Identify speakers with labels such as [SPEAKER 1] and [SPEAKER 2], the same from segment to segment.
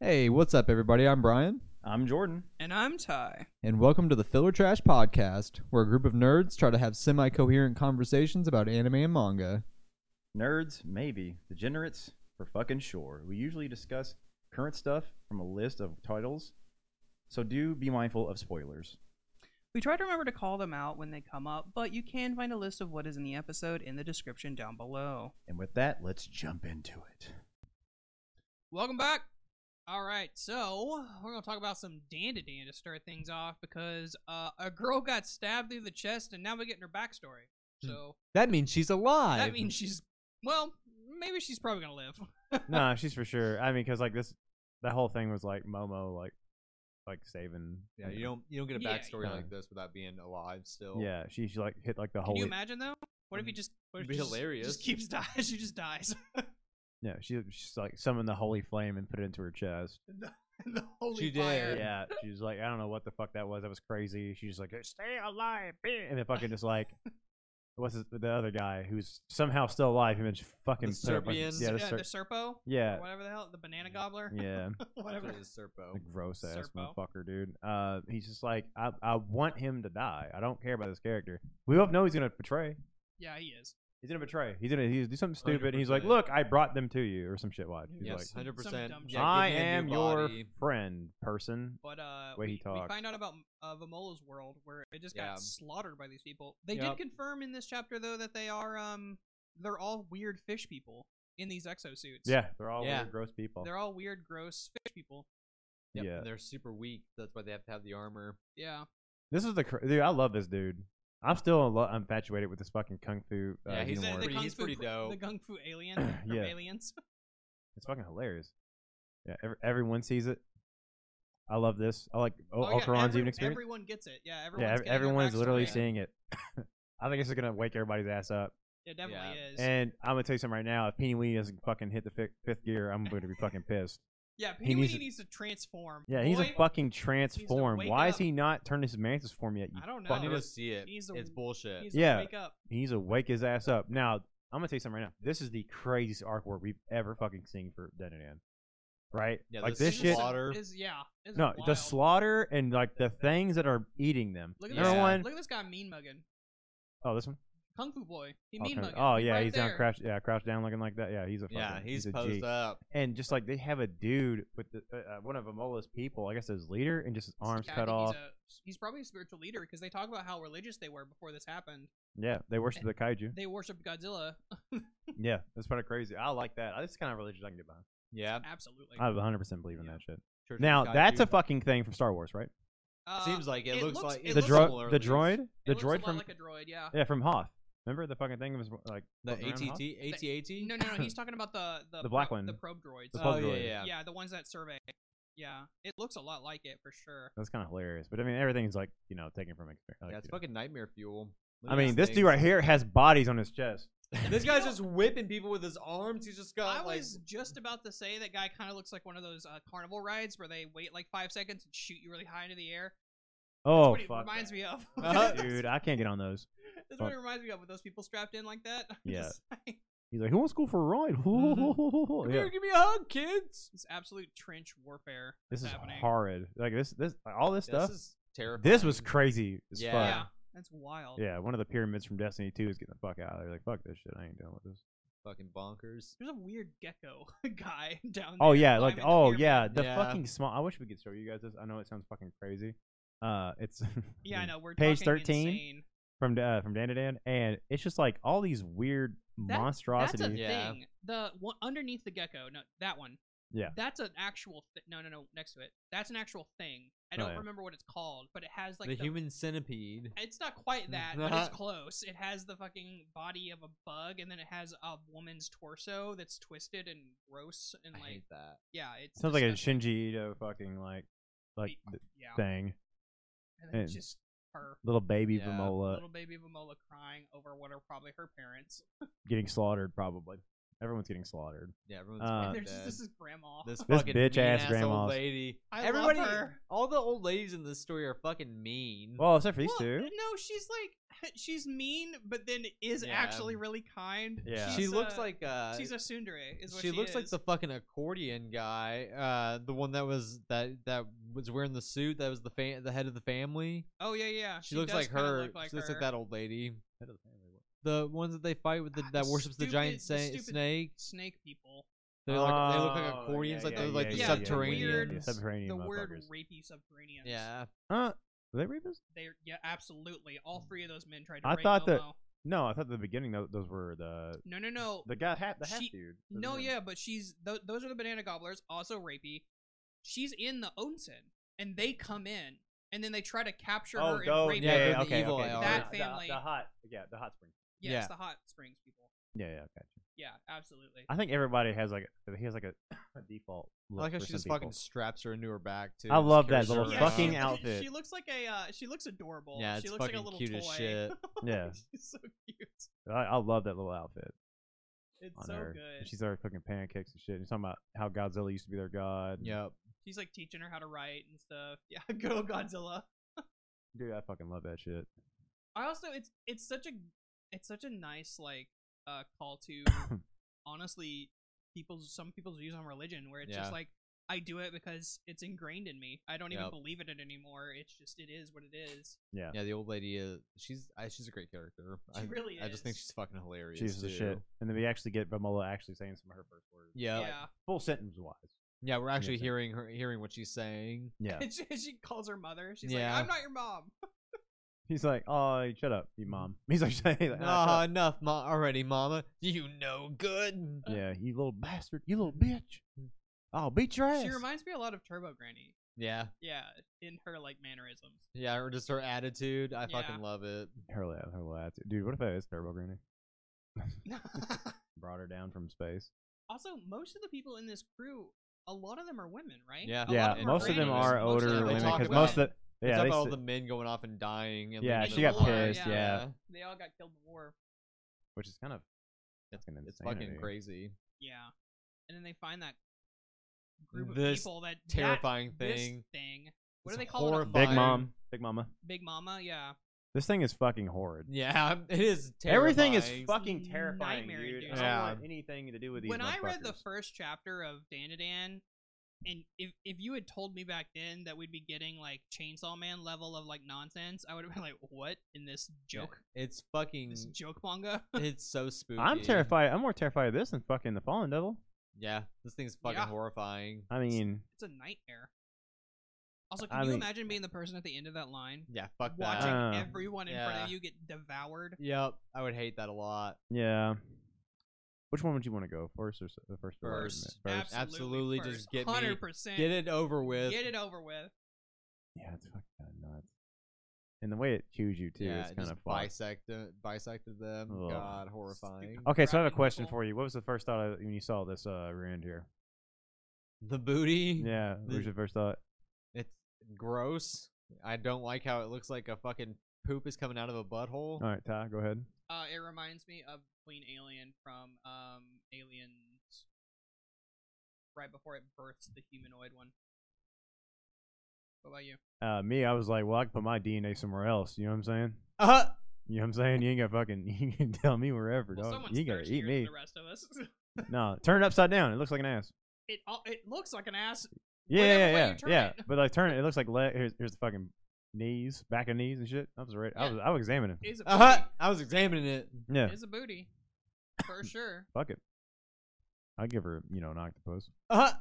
[SPEAKER 1] Hey, what's up, everybody? I'm Brian,
[SPEAKER 2] I'm Jordan.
[SPEAKER 3] And I'm Ty.
[SPEAKER 1] and welcome to the Filler Trash Podcast, where a group of nerds try to have semi coherent conversations about anime and manga.
[SPEAKER 2] Nerds, maybe. Degenerates, for fucking sure. We usually discuss current stuff from a list of titles, so do be mindful of spoilers.
[SPEAKER 3] We try to remember to call them out when they come up, but you can find a list of what is in the episode in the description down below.
[SPEAKER 2] And with that, let's jump into it.
[SPEAKER 4] Welcome back. All right, so we're gonna talk about some Dan-to-Dan to start things off because uh, a girl got stabbed through the chest, and now we're getting her backstory.
[SPEAKER 5] Hmm.
[SPEAKER 4] So
[SPEAKER 1] That means she's alive.
[SPEAKER 4] that means she's well, maybe she's probably gonna live.
[SPEAKER 5] no, she's for sure. I mean, because like this, that whole thing was like Momo, like, like saving.
[SPEAKER 6] Yeah, you don't you don't get a
[SPEAKER 4] Yeah,
[SPEAKER 6] backstory
[SPEAKER 5] yeah.
[SPEAKER 6] like this without being alive still.
[SPEAKER 5] Yeah, she she like hit like the
[SPEAKER 4] Can
[SPEAKER 5] holy. Hmm.
[SPEAKER 4] you imagine though? What if you just what if
[SPEAKER 6] It'd be
[SPEAKER 4] she just-
[SPEAKER 6] hilarious.
[SPEAKER 4] Just keeps dying. She just dies.
[SPEAKER 5] yeah, she she's like summoned the holy flame and put it into her chest.
[SPEAKER 4] the holy
[SPEAKER 6] She
[SPEAKER 4] fire.
[SPEAKER 6] did.
[SPEAKER 5] Yeah, she's like, I don't know what the fuck that was. That was crazy. She's like, stay alive, bitch," and then fucking just like. What's his, the other guy who's somehow still alive? Who just fucking
[SPEAKER 6] The
[SPEAKER 5] put up, like-
[SPEAKER 6] Serbian?
[SPEAKER 5] Yeah, the
[SPEAKER 4] Yeah,
[SPEAKER 5] Ser-
[SPEAKER 4] the Serpo.
[SPEAKER 5] yeah,
[SPEAKER 4] Or whatever the hell, the banana gobbler.
[SPEAKER 5] yeah.
[SPEAKER 4] whatever.
[SPEAKER 6] After the Serpo.
[SPEAKER 5] A gross ass
[SPEAKER 4] Serpo.
[SPEAKER 5] motherfucker, dude. Uh, he's just like, I, I want him to die. I don't care about this character. We both know he's gonna betray.
[SPEAKER 4] Yeah, he is.
[SPEAKER 5] He's gonna betray. He's gonna he's do something stupid. And he's like,
[SPEAKER 6] 100%.
[SPEAKER 5] look, I brought them to you, or some shit. Watch. He's
[SPEAKER 6] Yes,
[SPEAKER 5] like,
[SPEAKER 4] some-
[SPEAKER 6] hundred
[SPEAKER 4] some
[SPEAKER 6] percent.
[SPEAKER 4] dumb shit.
[SPEAKER 6] Yeah,
[SPEAKER 5] I
[SPEAKER 6] give me a
[SPEAKER 5] am
[SPEAKER 6] new
[SPEAKER 5] your
[SPEAKER 6] body.
[SPEAKER 5] friend, person.
[SPEAKER 4] But uh,
[SPEAKER 5] way
[SPEAKER 4] we,
[SPEAKER 5] he
[SPEAKER 4] we
[SPEAKER 5] talked.
[SPEAKER 4] find out about uh, Vimola's world where it just got
[SPEAKER 6] Yeah.
[SPEAKER 4] slaughtered by these people. They
[SPEAKER 6] Yep.
[SPEAKER 4] did confirm in this chapter though that they are um they're all weird fish people in these exosuits.
[SPEAKER 5] Yeah, they're all
[SPEAKER 6] Yeah.
[SPEAKER 5] weird, gross people.
[SPEAKER 4] they're all weird, gross fish people.
[SPEAKER 6] Yep,
[SPEAKER 5] Yeah.
[SPEAKER 6] and they're super weak. That's why they have to have the armor.
[SPEAKER 4] Yeah,
[SPEAKER 5] This is the cr- dude. I love this dude. I'm still in lo- infatuated with this fucking kung fu. Uh,
[SPEAKER 6] Yeah, he's
[SPEAKER 5] humor.
[SPEAKER 6] a- pretty-
[SPEAKER 4] kung
[SPEAKER 6] he's
[SPEAKER 4] fu
[SPEAKER 6] pretty
[SPEAKER 4] cr- The
[SPEAKER 6] dope.
[SPEAKER 4] kung fu alien from
[SPEAKER 5] Yeah.
[SPEAKER 4] aliens.
[SPEAKER 5] It's fucking hilarious. Yeah, ev- everyone sees it. I love this. I like o-
[SPEAKER 4] Oh, yeah,
[SPEAKER 5] Ocaron's
[SPEAKER 4] every-
[SPEAKER 5] even experience.
[SPEAKER 4] Everyone gets it. Yeah, everyone's
[SPEAKER 5] Yeah, ev-
[SPEAKER 4] getting their
[SPEAKER 5] everyone's literally
[SPEAKER 4] backstory.
[SPEAKER 5] seeing it. I think this is gonna wake everybody's ass up.
[SPEAKER 4] It definitely is.
[SPEAKER 5] And I'm gonna tell you something right now. If Peeny Weenie doesn't fucking hit the fi- fifth gear, I'm gonna be fucking pissed.
[SPEAKER 4] yeah,
[SPEAKER 5] he
[SPEAKER 4] Pinguini
[SPEAKER 5] needs
[SPEAKER 4] needs,
[SPEAKER 5] to-
[SPEAKER 4] to transform.
[SPEAKER 5] Yeah, he's a
[SPEAKER 4] Boy,
[SPEAKER 5] fucking transform.
[SPEAKER 4] wake
[SPEAKER 5] Why
[SPEAKER 4] up.
[SPEAKER 5] is he not turning his mantis form yet? you-
[SPEAKER 4] I don't know.
[SPEAKER 6] I need to see it.
[SPEAKER 4] he's a-
[SPEAKER 6] it's bullshit.
[SPEAKER 4] He's
[SPEAKER 5] Yeah.
[SPEAKER 4] yeah. Wake up.
[SPEAKER 5] He needs to wake his ass up. Now, I'm gonna tell you something right now. This is the craziest artwork we've ever fucking seen for Dead and End. Right?
[SPEAKER 6] Yeah,
[SPEAKER 5] like
[SPEAKER 6] this
[SPEAKER 5] this
[SPEAKER 6] is
[SPEAKER 5] shit.
[SPEAKER 6] slaughter- Water.
[SPEAKER 4] Is, yeah. it's
[SPEAKER 5] No, the
[SPEAKER 4] wild.
[SPEAKER 5] slaughter and like the things that are eating them.
[SPEAKER 4] Look at
[SPEAKER 5] Number
[SPEAKER 4] this.
[SPEAKER 6] Yeah.
[SPEAKER 5] one.
[SPEAKER 4] Look at this guy mean mugging.
[SPEAKER 5] Oh, this one.
[SPEAKER 4] Kung Fu Boy. He
[SPEAKER 5] Oh,
[SPEAKER 4] mean
[SPEAKER 5] kinda-
[SPEAKER 4] mugging.
[SPEAKER 5] oh yeah,
[SPEAKER 4] right
[SPEAKER 5] he's
[SPEAKER 4] there.
[SPEAKER 5] down crouched. Yeah, crouched down looking like that. Yeah, he's a fucking,
[SPEAKER 6] yeah, he's,
[SPEAKER 5] a G.
[SPEAKER 6] posed up.
[SPEAKER 5] and just like they have a dude with the, uh, uh, one of Amola's people, I guess his leader, and just his arms
[SPEAKER 4] Yeah, I
[SPEAKER 5] cut
[SPEAKER 4] think
[SPEAKER 5] off.
[SPEAKER 4] He's, a, he's probably a spiritual leader because they talk about how religious they were before this happened.
[SPEAKER 5] yeah, they worship the kaiju.
[SPEAKER 4] They worshipped Godzilla.
[SPEAKER 5] yeah, that's kind of crazy. I like that. That's the kind of religion I can get behind.
[SPEAKER 6] Yeah.
[SPEAKER 4] Absolutely.
[SPEAKER 5] I 100 percent believe in
[SPEAKER 4] Yeah.
[SPEAKER 5] that shit.
[SPEAKER 6] Church of
[SPEAKER 5] Now
[SPEAKER 6] Kaiju.
[SPEAKER 5] that's a fucking thing from Star Wars, right?
[SPEAKER 4] Uh,
[SPEAKER 6] Seems like it,
[SPEAKER 4] it
[SPEAKER 6] looks,
[SPEAKER 4] looks-
[SPEAKER 6] like
[SPEAKER 4] it
[SPEAKER 5] the
[SPEAKER 4] looks
[SPEAKER 5] droid, the droid, the
[SPEAKER 4] it looks a
[SPEAKER 5] droid
[SPEAKER 4] lot
[SPEAKER 5] from
[SPEAKER 4] like a droid. Yeah.
[SPEAKER 5] yeah from Hoth. Remember the fucking thing was like
[SPEAKER 6] the
[SPEAKER 5] floating around Hoth?
[SPEAKER 6] ATT, ATAT.
[SPEAKER 4] No, no, no. He's talking about the the,
[SPEAKER 5] The black
[SPEAKER 4] probe-
[SPEAKER 5] one.
[SPEAKER 4] the probe droids.
[SPEAKER 5] The
[SPEAKER 6] oh,
[SPEAKER 5] pub
[SPEAKER 6] yeah,
[SPEAKER 5] droid.
[SPEAKER 6] yeah,
[SPEAKER 4] yeah, the ones that survey. Yeah, it looks a lot like it for sure.
[SPEAKER 5] That's kind of hilarious. But I mean, everything's like you know taken from experience.
[SPEAKER 6] Yeah,
[SPEAKER 5] Like,
[SPEAKER 6] it's
[SPEAKER 5] you know.
[SPEAKER 6] fucking nightmare fuel. Look
[SPEAKER 5] I
[SPEAKER 6] at
[SPEAKER 5] mean,
[SPEAKER 6] these
[SPEAKER 5] this dude
[SPEAKER 6] things.
[SPEAKER 5] right here has bodies on his chest.
[SPEAKER 6] This
[SPEAKER 4] You
[SPEAKER 6] guy's
[SPEAKER 4] know-
[SPEAKER 6] just whipping people with his arms. He's just got
[SPEAKER 4] I
[SPEAKER 6] like
[SPEAKER 4] was just about to say that guy kind of looks like one of those uh, carnival rides where they wait like five seconds and shoot you really high into the air. That's
[SPEAKER 5] Oh
[SPEAKER 4] what he
[SPEAKER 5] fuck,
[SPEAKER 4] reminds me of.
[SPEAKER 6] Uh-huh.
[SPEAKER 4] That's
[SPEAKER 5] dude, I can't get on those.
[SPEAKER 4] what
[SPEAKER 5] fuck.
[SPEAKER 4] it reminds me of with those people strapped in like that.
[SPEAKER 5] Yeah.
[SPEAKER 4] Just like-
[SPEAKER 5] He's like, who wants to go for a ride?
[SPEAKER 4] Mm-hmm.
[SPEAKER 6] Come
[SPEAKER 5] Oh, Yeah.
[SPEAKER 6] here, give me a hug, kids.
[SPEAKER 4] It's absolute trench warfare.
[SPEAKER 5] This is
[SPEAKER 4] that's happening.
[SPEAKER 5] horrid. Like this, this, like, all this stuff.
[SPEAKER 6] This is terrifying.
[SPEAKER 5] This was crazy as
[SPEAKER 6] Yeah.
[SPEAKER 4] Yeah,
[SPEAKER 5] fuck.
[SPEAKER 4] that's wild.
[SPEAKER 5] Yeah. one of the pyramids from Destiny Two is getting the fuck out. of there. like, fuck this shit. I ain't dealing with this.
[SPEAKER 6] fucking bonkers.
[SPEAKER 4] There's a weird gecko guy down there.
[SPEAKER 5] Oh yeah, like
[SPEAKER 4] climbing the
[SPEAKER 5] oh
[SPEAKER 4] pyramid.
[SPEAKER 5] yeah, the
[SPEAKER 6] Yeah.
[SPEAKER 5] fucking small. I wish we could show you guys this. I know it sounds fucking crazy. Uh, it's
[SPEAKER 4] Yeah, I know. We're
[SPEAKER 5] Page
[SPEAKER 4] talking
[SPEAKER 5] 13.
[SPEAKER 4] insane.
[SPEAKER 5] from uh, from Dan to Dan, and it's just like all these weird
[SPEAKER 4] That-
[SPEAKER 5] monstrosities.
[SPEAKER 4] That's a
[SPEAKER 6] Yeah.
[SPEAKER 4] thing. The one underneath the gecko. No, that one.
[SPEAKER 5] Yeah.
[SPEAKER 4] That's an actual. Th- no, no, no. Next to it. That's an actual thing. I
[SPEAKER 5] Oh,
[SPEAKER 4] don't
[SPEAKER 5] yeah.
[SPEAKER 4] remember what it's called, but it has like
[SPEAKER 6] the, human centipede.
[SPEAKER 4] It's not quite that, but it's close. It has the fucking body of a bug, and then it has a woman's torso that's twisted and gross, and
[SPEAKER 6] I
[SPEAKER 4] like
[SPEAKER 6] hate that.
[SPEAKER 4] yeah, it's
[SPEAKER 5] Sounds like a
[SPEAKER 4] disgusting.
[SPEAKER 5] Shinji Ito fucking like like th-
[SPEAKER 4] yeah,
[SPEAKER 5] thing.
[SPEAKER 4] and then
[SPEAKER 5] and-
[SPEAKER 4] just her
[SPEAKER 5] Little baby
[SPEAKER 6] Yeah.
[SPEAKER 5] Vamola
[SPEAKER 4] little baby Vamola crying over what are probably her parents.
[SPEAKER 5] getting slaughtered probably. Everyone's getting slaughtered.
[SPEAKER 6] Yeah, everyone's
[SPEAKER 5] Uh,
[SPEAKER 6] uh,
[SPEAKER 5] They're
[SPEAKER 6] dead.
[SPEAKER 4] There's just this is grandma.
[SPEAKER 6] This,
[SPEAKER 5] This
[SPEAKER 6] fucking
[SPEAKER 5] bitch ass
[SPEAKER 6] mean-ass
[SPEAKER 5] grandma's-
[SPEAKER 6] old lady.
[SPEAKER 3] I love
[SPEAKER 6] Everybody,
[SPEAKER 3] her.
[SPEAKER 6] all the old ladies in this story are fucking mean.
[SPEAKER 5] Well, except for these
[SPEAKER 4] well,
[SPEAKER 5] two.
[SPEAKER 4] No, she's like she's mean, but then is
[SPEAKER 6] Yeah.
[SPEAKER 4] actually really kind.
[SPEAKER 5] Yeah.
[SPEAKER 6] she
[SPEAKER 4] She's,
[SPEAKER 6] looks
[SPEAKER 4] uh,
[SPEAKER 6] like uh,
[SPEAKER 4] she's a tsundere. Is what she,
[SPEAKER 6] she looks like
[SPEAKER 4] is.
[SPEAKER 6] the fucking accordion guy, uh, the one that was that that was wearing the suit that was the fa- the head of the family.
[SPEAKER 4] Oh yeah, yeah.
[SPEAKER 6] She, looks
[SPEAKER 4] does
[SPEAKER 6] like
[SPEAKER 4] kinda
[SPEAKER 6] her.
[SPEAKER 4] Look like
[SPEAKER 6] she looks
[SPEAKER 4] her.
[SPEAKER 6] like that old lady. The ones that they fight with the,
[SPEAKER 4] Ah,
[SPEAKER 6] that
[SPEAKER 4] the
[SPEAKER 6] worships the
[SPEAKER 4] stupid-
[SPEAKER 6] giant
[SPEAKER 4] the
[SPEAKER 6] sa-
[SPEAKER 4] stupid-
[SPEAKER 6] snake.
[SPEAKER 4] snake people.
[SPEAKER 6] They look they look like
[SPEAKER 5] Oh,
[SPEAKER 6] accordions,
[SPEAKER 5] yeah,
[SPEAKER 6] like
[SPEAKER 5] yeah,
[SPEAKER 6] they're like
[SPEAKER 5] yeah,
[SPEAKER 6] the
[SPEAKER 5] yeah, yeah,
[SPEAKER 6] subterranean.
[SPEAKER 5] Yeah, subterranean
[SPEAKER 4] The weird
[SPEAKER 5] motherfuckers.
[SPEAKER 4] rapey subterraneans.
[SPEAKER 6] yeah,
[SPEAKER 5] Huh? Were they rapists?
[SPEAKER 4] They yeah, absolutely. All three of those men tried to
[SPEAKER 5] I
[SPEAKER 4] rape
[SPEAKER 5] thought that-
[SPEAKER 4] Elmo.
[SPEAKER 5] No, I thought at the beginning those, those were the
[SPEAKER 4] No, no, no.
[SPEAKER 5] the guy hat the hat
[SPEAKER 4] Oh, She-
[SPEAKER 5] dude.
[SPEAKER 4] No, yeah, but she's th- those are the banana gobblers, also rapey. She's in the onsen, and they come in, and then they try to capture
[SPEAKER 5] Oh,
[SPEAKER 4] her
[SPEAKER 5] those-
[SPEAKER 4] and rape
[SPEAKER 6] yeah,
[SPEAKER 4] her.
[SPEAKER 6] they're
[SPEAKER 5] yeah,
[SPEAKER 6] the
[SPEAKER 5] okay,
[SPEAKER 6] evil
[SPEAKER 5] okay.
[SPEAKER 6] AR.
[SPEAKER 4] That
[SPEAKER 5] The-
[SPEAKER 4] family.
[SPEAKER 5] The, the hot, yeah, the hot spring.
[SPEAKER 4] Yeah,
[SPEAKER 6] Yeah.
[SPEAKER 4] it's the hot springs people.
[SPEAKER 5] Yeah, yeah, gotcha.
[SPEAKER 4] Yeah, absolutely.
[SPEAKER 5] I think everybody has like he has like a, a default.
[SPEAKER 6] I
[SPEAKER 5] Look
[SPEAKER 6] like how
[SPEAKER 5] for
[SPEAKER 6] she just
[SPEAKER 5] some
[SPEAKER 6] fucking
[SPEAKER 5] people.
[SPEAKER 6] straps her into her back too.
[SPEAKER 5] I
[SPEAKER 6] and just
[SPEAKER 5] love that
[SPEAKER 6] carries
[SPEAKER 5] little
[SPEAKER 6] her
[SPEAKER 4] Yeah,
[SPEAKER 6] around.
[SPEAKER 5] fucking
[SPEAKER 4] she,
[SPEAKER 5] outfit.
[SPEAKER 4] She looks like a. Uh, she looks adorable.
[SPEAKER 6] Yeah,
[SPEAKER 4] she
[SPEAKER 6] it's
[SPEAKER 4] looks like a
[SPEAKER 6] fucking
[SPEAKER 4] little
[SPEAKER 6] cute
[SPEAKER 4] toy.
[SPEAKER 6] as shit.
[SPEAKER 5] Yeah.
[SPEAKER 4] she's so cute.
[SPEAKER 5] I, I love that little outfit
[SPEAKER 4] It's
[SPEAKER 5] on
[SPEAKER 4] so
[SPEAKER 5] her.
[SPEAKER 4] good. She's,
[SPEAKER 5] She's there cooking pancakes and shit. And talking about how Godzilla used to be their god.
[SPEAKER 6] Yep.
[SPEAKER 4] like teaching her how to write and stuff. Yeah, good old Godzilla.
[SPEAKER 5] dude, I fucking love that shit.
[SPEAKER 4] I also it's it's such a it's such a nice like uh call to honestly people's some people's views on religion where it's
[SPEAKER 6] Yeah.
[SPEAKER 4] just like I do it because it's ingrained in me. I don't even
[SPEAKER 6] Yep.
[SPEAKER 4] believe in it anymore. It's just it is what it is.
[SPEAKER 5] Yeah.
[SPEAKER 6] Yeah, the old lady is she's I, she's a great character.
[SPEAKER 4] She
[SPEAKER 6] I,
[SPEAKER 4] really
[SPEAKER 6] I just think
[SPEAKER 4] is.
[SPEAKER 6] she's fucking hilarious.
[SPEAKER 5] She's
[SPEAKER 6] too.
[SPEAKER 5] the shit. And then we actually get Romola actually saying some of her first words.
[SPEAKER 6] Yeah.
[SPEAKER 4] yeah.
[SPEAKER 6] yeah.
[SPEAKER 5] Full sentence wise.
[SPEAKER 6] we're actually
[SPEAKER 5] Yeah.
[SPEAKER 6] hearing her hearing what she's saying.
[SPEAKER 5] Yeah.
[SPEAKER 4] And she, she calls her mother. She's
[SPEAKER 6] Yeah.
[SPEAKER 4] like, "I'm not your mom."
[SPEAKER 5] He's like, oh, shut up, you mom. He's like, he's like, "Ah, shut
[SPEAKER 6] Ah,
[SPEAKER 5] up."
[SPEAKER 6] enough ma- already, mama. You no good.
[SPEAKER 5] yeah, you little bastard, you little bitch.
[SPEAKER 6] Mm.
[SPEAKER 5] I'll beat your ass.
[SPEAKER 4] She reminds me a lot of Turbo Granny.
[SPEAKER 6] Yeah.
[SPEAKER 4] Yeah, in her like mannerisms.
[SPEAKER 6] Yeah, or just her attitude. I
[SPEAKER 4] Yeah.
[SPEAKER 6] fucking love it.
[SPEAKER 5] her, la- her la- dude. What if I is Turbo Granny? Brought her down from space.
[SPEAKER 4] also, most of the people in this crew, a lot of them are women, right?
[SPEAKER 6] Yeah.
[SPEAKER 4] A lot
[SPEAKER 5] yeah,
[SPEAKER 4] of them
[SPEAKER 5] most of them
[SPEAKER 4] grannies.
[SPEAKER 5] are
[SPEAKER 4] Most of
[SPEAKER 5] older
[SPEAKER 4] them
[SPEAKER 6] they
[SPEAKER 5] women
[SPEAKER 6] talk
[SPEAKER 5] because
[SPEAKER 4] because
[SPEAKER 5] most of the
[SPEAKER 6] Yeah,
[SPEAKER 5] yeah,
[SPEAKER 6] about
[SPEAKER 5] they
[SPEAKER 6] all
[SPEAKER 5] s-
[SPEAKER 6] the men going off and dying. And
[SPEAKER 5] Yeah,
[SPEAKER 6] leaving
[SPEAKER 5] she
[SPEAKER 6] the
[SPEAKER 5] got
[SPEAKER 6] war.
[SPEAKER 5] pissed, yeah.
[SPEAKER 4] They all got killed in the war.
[SPEAKER 5] which is kind of
[SPEAKER 6] It's,
[SPEAKER 5] Fucking
[SPEAKER 6] it's fucking
[SPEAKER 5] insanity.
[SPEAKER 6] crazy.
[SPEAKER 4] Yeah. And then they find that group of
[SPEAKER 6] This
[SPEAKER 4] people that that-
[SPEAKER 6] Terrifying
[SPEAKER 4] this
[SPEAKER 6] thing.
[SPEAKER 4] thing. What
[SPEAKER 6] It's
[SPEAKER 4] do they call it? A
[SPEAKER 6] horrifying.
[SPEAKER 5] big mom, big mama.
[SPEAKER 4] Big Mama, yeah.
[SPEAKER 5] This thing is fucking horrid.
[SPEAKER 6] Yeah, it is terrifying.
[SPEAKER 5] Everything is fucking terrifying,
[SPEAKER 4] Nightmare
[SPEAKER 5] dude.
[SPEAKER 4] inducing.
[SPEAKER 5] I don't want
[SPEAKER 6] Yeah.
[SPEAKER 5] anything to do with these.
[SPEAKER 4] When I read the
[SPEAKER 5] motherfuckers.
[SPEAKER 4] first chapter of Dandadan, and if if you had told me back then that we'd be getting like Chainsaw Man level of like nonsense, I would have been like, "What in this joke?
[SPEAKER 6] It's fucking.
[SPEAKER 4] This joke manga?"
[SPEAKER 6] It's so spooky.
[SPEAKER 5] I'm terrified. I'm more terrified of this than fucking the Fallen Devil.
[SPEAKER 6] Yeah, this thing's fucking
[SPEAKER 4] Yeah.
[SPEAKER 6] horrifying.
[SPEAKER 5] I mean,
[SPEAKER 4] it's a nightmare. Also, can
[SPEAKER 5] I
[SPEAKER 4] you
[SPEAKER 5] mean-
[SPEAKER 4] imagine being the person at the end of that line,
[SPEAKER 6] Yeah, fuck that.
[SPEAKER 4] watching
[SPEAKER 5] Uh,
[SPEAKER 4] everyone in front
[SPEAKER 6] yeah.
[SPEAKER 4] of you get devoured?
[SPEAKER 6] Yep, I would hate that a lot.
[SPEAKER 5] yeah. Which one would you want to go first or s- the first? or the
[SPEAKER 6] First.
[SPEAKER 5] last? first.
[SPEAKER 6] Absolutely, just
[SPEAKER 4] first.
[SPEAKER 6] get me-
[SPEAKER 4] 100%.
[SPEAKER 6] Get it over with.
[SPEAKER 4] Get it over with.
[SPEAKER 5] Yeah, it's fucking kinda nuts. And the way it chews you too,
[SPEAKER 6] yeah,
[SPEAKER 5] it's
[SPEAKER 6] it
[SPEAKER 5] kind
[SPEAKER 6] just
[SPEAKER 5] of fucked.
[SPEAKER 6] bisected, bisected them.
[SPEAKER 5] Ugh.
[SPEAKER 6] God, horrifying.
[SPEAKER 5] Okay, so I have a
[SPEAKER 4] grabbing
[SPEAKER 5] question
[SPEAKER 4] people.
[SPEAKER 5] for you. What was the first thought of, when you saw this uh, rear end here?
[SPEAKER 6] The booty.
[SPEAKER 5] Yeah, what was
[SPEAKER 6] The-
[SPEAKER 5] your first thought?
[SPEAKER 6] It's gross. I don't like how it looks like a fucking poop is coming out of a butthole.
[SPEAKER 5] All right, Ty, go ahead.
[SPEAKER 4] Uh, it reminds me of Queen Alien from um, Aliens, right before it births the humanoid one. What about you?
[SPEAKER 5] Uh, me, I was like, well, I can put my DNA somewhere else. You know what I'm saying?
[SPEAKER 6] Uh,
[SPEAKER 5] You know what I'm saying? You ain't got fucking. You can tell me wherever,
[SPEAKER 4] Well,
[SPEAKER 5] dog.
[SPEAKER 4] someone's
[SPEAKER 5] You gotta eat
[SPEAKER 4] thirstier than
[SPEAKER 5] me.
[SPEAKER 4] the rest of us.
[SPEAKER 5] No, turn it upside down. It looks like an ass.
[SPEAKER 4] it all, it looks like an ass.
[SPEAKER 5] Yeah,
[SPEAKER 4] Whatever
[SPEAKER 5] yeah,
[SPEAKER 4] way
[SPEAKER 5] yeah,
[SPEAKER 4] you turn
[SPEAKER 5] yeah.
[SPEAKER 4] it.
[SPEAKER 5] But like, turn it. It looks like le- here's here's the fucking knees, back of knees and shit. I was right. I
[SPEAKER 4] Yeah.
[SPEAKER 5] was I was examining.
[SPEAKER 4] Is a booty.
[SPEAKER 6] uh,
[SPEAKER 5] Uh-huh.
[SPEAKER 6] I was examining it.
[SPEAKER 5] Yeah,
[SPEAKER 4] Is a booty. For sure.
[SPEAKER 5] fuck it. I'd give her, you know, an octopus.
[SPEAKER 6] Uh,
[SPEAKER 4] But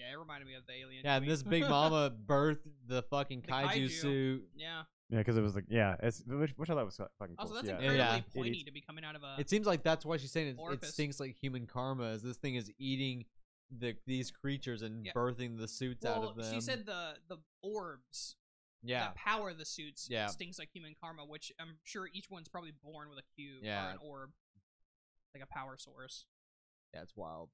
[SPEAKER 4] yeah, it reminded me of the alien.
[SPEAKER 6] yeah, and
[SPEAKER 4] queen.
[SPEAKER 6] this big mama birthed the fucking
[SPEAKER 4] The
[SPEAKER 6] kaiju,
[SPEAKER 4] kaiju.
[SPEAKER 6] suit.
[SPEAKER 4] yeah.
[SPEAKER 5] Yeah, because it was like, yeah, it's which, which I thought was fucking cool.
[SPEAKER 4] Also, that's
[SPEAKER 5] yeah.
[SPEAKER 4] incredibly
[SPEAKER 6] Yeah.
[SPEAKER 4] pointy
[SPEAKER 5] It
[SPEAKER 4] to be coming out of a.
[SPEAKER 6] It seems like that's why she's saying it, it
[SPEAKER 4] Uh. orifice.
[SPEAKER 6] stinks like human karma. Is this thing is eating the these creatures and
[SPEAKER 4] Yeah.
[SPEAKER 6] birthing the suits
[SPEAKER 4] well,
[SPEAKER 6] out of them?
[SPEAKER 4] she said the the orbs
[SPEAKER 6] "Yeah,
[SPEAKER 4] that power the suits
[SPEAKER 6] Yeah.
[SPEAKER 4] stings like human karma, which I'm sure each one's probably born with a cube
[SPEAKER 6] Yeah.
[SPEAKER 4] or an orb, like a power source.
[SPEAKER 6] yeah, it's wild.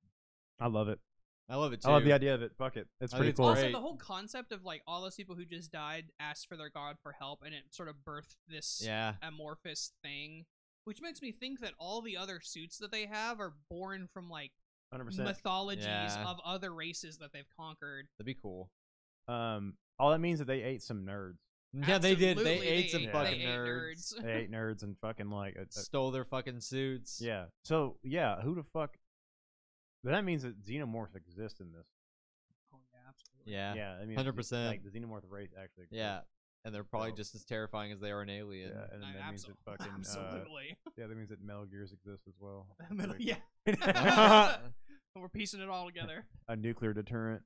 [SPEAKER 5] I love it.
[SPEAKER 6] I love it too.
[SPEAKER 5] I love the idea of it. Fuck it. It's
[SPEAKER 6] I think
[SPEAKER 5] pretty
[SPEAKER 6] it's
[SPEAKER 5] cool.
[SPEAKER 4] Also,
[SPEAKER 6] Great.
[SPEAKER 4] the whole concept of like all those people who just died asked for their god for help, and it sort of birthed this
[SPEAKER 6] Yeah,
[SPEAKER 4] amorphous thing which makes me think that all the other suits that they have are born from like
[SPEAKER 5] 100%.
[SPEAKER 4] mythologies
[SPEAKER 6] Yeah.
[SPEAKER 4] of other races that they've conquered.
[SPEAKER 6] That'd be cool.
[SPEAKER 5] Um, all that means is they ate some nerds.
[SPEAKER 6] Yeah, they did. They
[SPEAKER 4] Absolutely,
[SPEAKER 6] ate some
[SPEAKER 4] they
[SPEAKER 6] fucking
[SPEAKER 4] ate
[SPEAKER 6] nerds.
[SPEAKER 4] nerds.
[SPEAKER 5] They ate nerds and fucking like. A, a-
[SPEAKER 6] Stole their fucking suits.
[SPEAKER 5] yeah. So, yeah, who the fuck. But that means that xenomorphs exist in this.
[SPEAKER 4] Oh, yeah, absolutely.
[SPEAKER 6] Yeah.
[SPEAKER 5] Yeah. I mean,
[SPEAKER 6] 100%.
[SPEAKER 5] Like, the xenomorph race actually exists.
[SPEAKER 6] Yeah. And they're probably
[SPEAKER 5] So-
[SPEAKER 6] just as terrifying as they are an alien.
[SPEAKER 5] Yeah, and then
[SPEAKER 4] I-
[SPEAKER 5] that means that
[SPEAKER 4] abso-
[SPEAKER 5] fucking uh,
[SPEAKER 4] absolutely.
[SPEAKER 5] yeah, that means that Metal Gears exists as well.
[SPEAKER 4] Middle-
[SPEAKER 5] Like,
[SPEAKER 4] yeah. But We're piecing it all together.
[SPEAKER 5] a nuclear deterrent.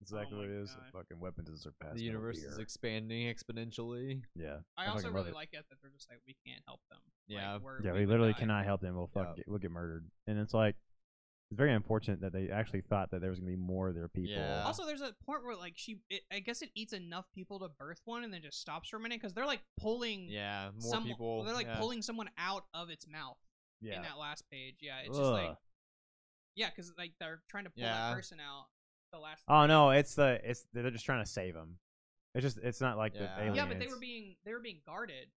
[SPEAKER 5] Exactly
[SPEAKER 4] my
[SPEAKER 5] what it is.
[SPEAKER 4] God.
[SPEAKER 5] Fucking weapons is surpassed.
[SPEAKER 6] Oh The
[SPEAKER 5] no
[SPEAKER 6] universe is
[SPEAKER 5] fear.
[SPEAKER 6] expanding exponentially.
[SPEAKER 5] yeah.
[SPEAKER 4] I
[SPEAKER 5] fucking
[SPEAKER 4] also
[SPEAKER 5] love
[SPEAKER 4] really
[SPEAKER 5] it.
[SPEAKER 4] like it that they're just like we can't help them.
[SPEAKER 6] Yeah.
[SPEAKER 4] like, we're-
[SPEAKER 5] Yeah,
[SPEAKER 4] we
[SPEAKER 5] we
[SPEAKER 4] would
[SPEAKER 5] literally
[SPEAKER 4] die.
[SPEAKER 5] cannot help them. We'll fuck.
[SPEAKER 6] Yeah.
[SPEAKER 5] Get, we'll get murdered. And it's like it's very unfortunate that they actually thought that there was gonna be more of their people.
[SPEAKER 6] Yeah.
[SPEAKER 4] Also, there's a point where like she, it, I guess it eats enough people to birth one, and then just stops for a minute because they're like pulling
[SPEAKER 6] Yeah. More
[SPEAKER 4] some-
[SPEAKER 6] people.
[SPEAKER 4] They're like
[SPEAKER 6] yeah.
[SPEAKER 4] pulling someone out of its mouth in
[SPEAKER 5] Yeah.
[SPEAKER 4] that last page. Yeah, it's just like
[SPEAKER 5] Ugh.
[SPEAKER 4] yeah, because like they're trying to pull
[SPEAKER 6] Yeah.
[SPEAKER 4] that person out. The last.
[SPEAKER 5] Oh no, it's the it's they're just trying to save them. It's just it's not like
[SPEAKER 6] Yeah.
[SPEAKER 5] the aliens.
[SPEAKER 4] yeah, but they were being they were being guarded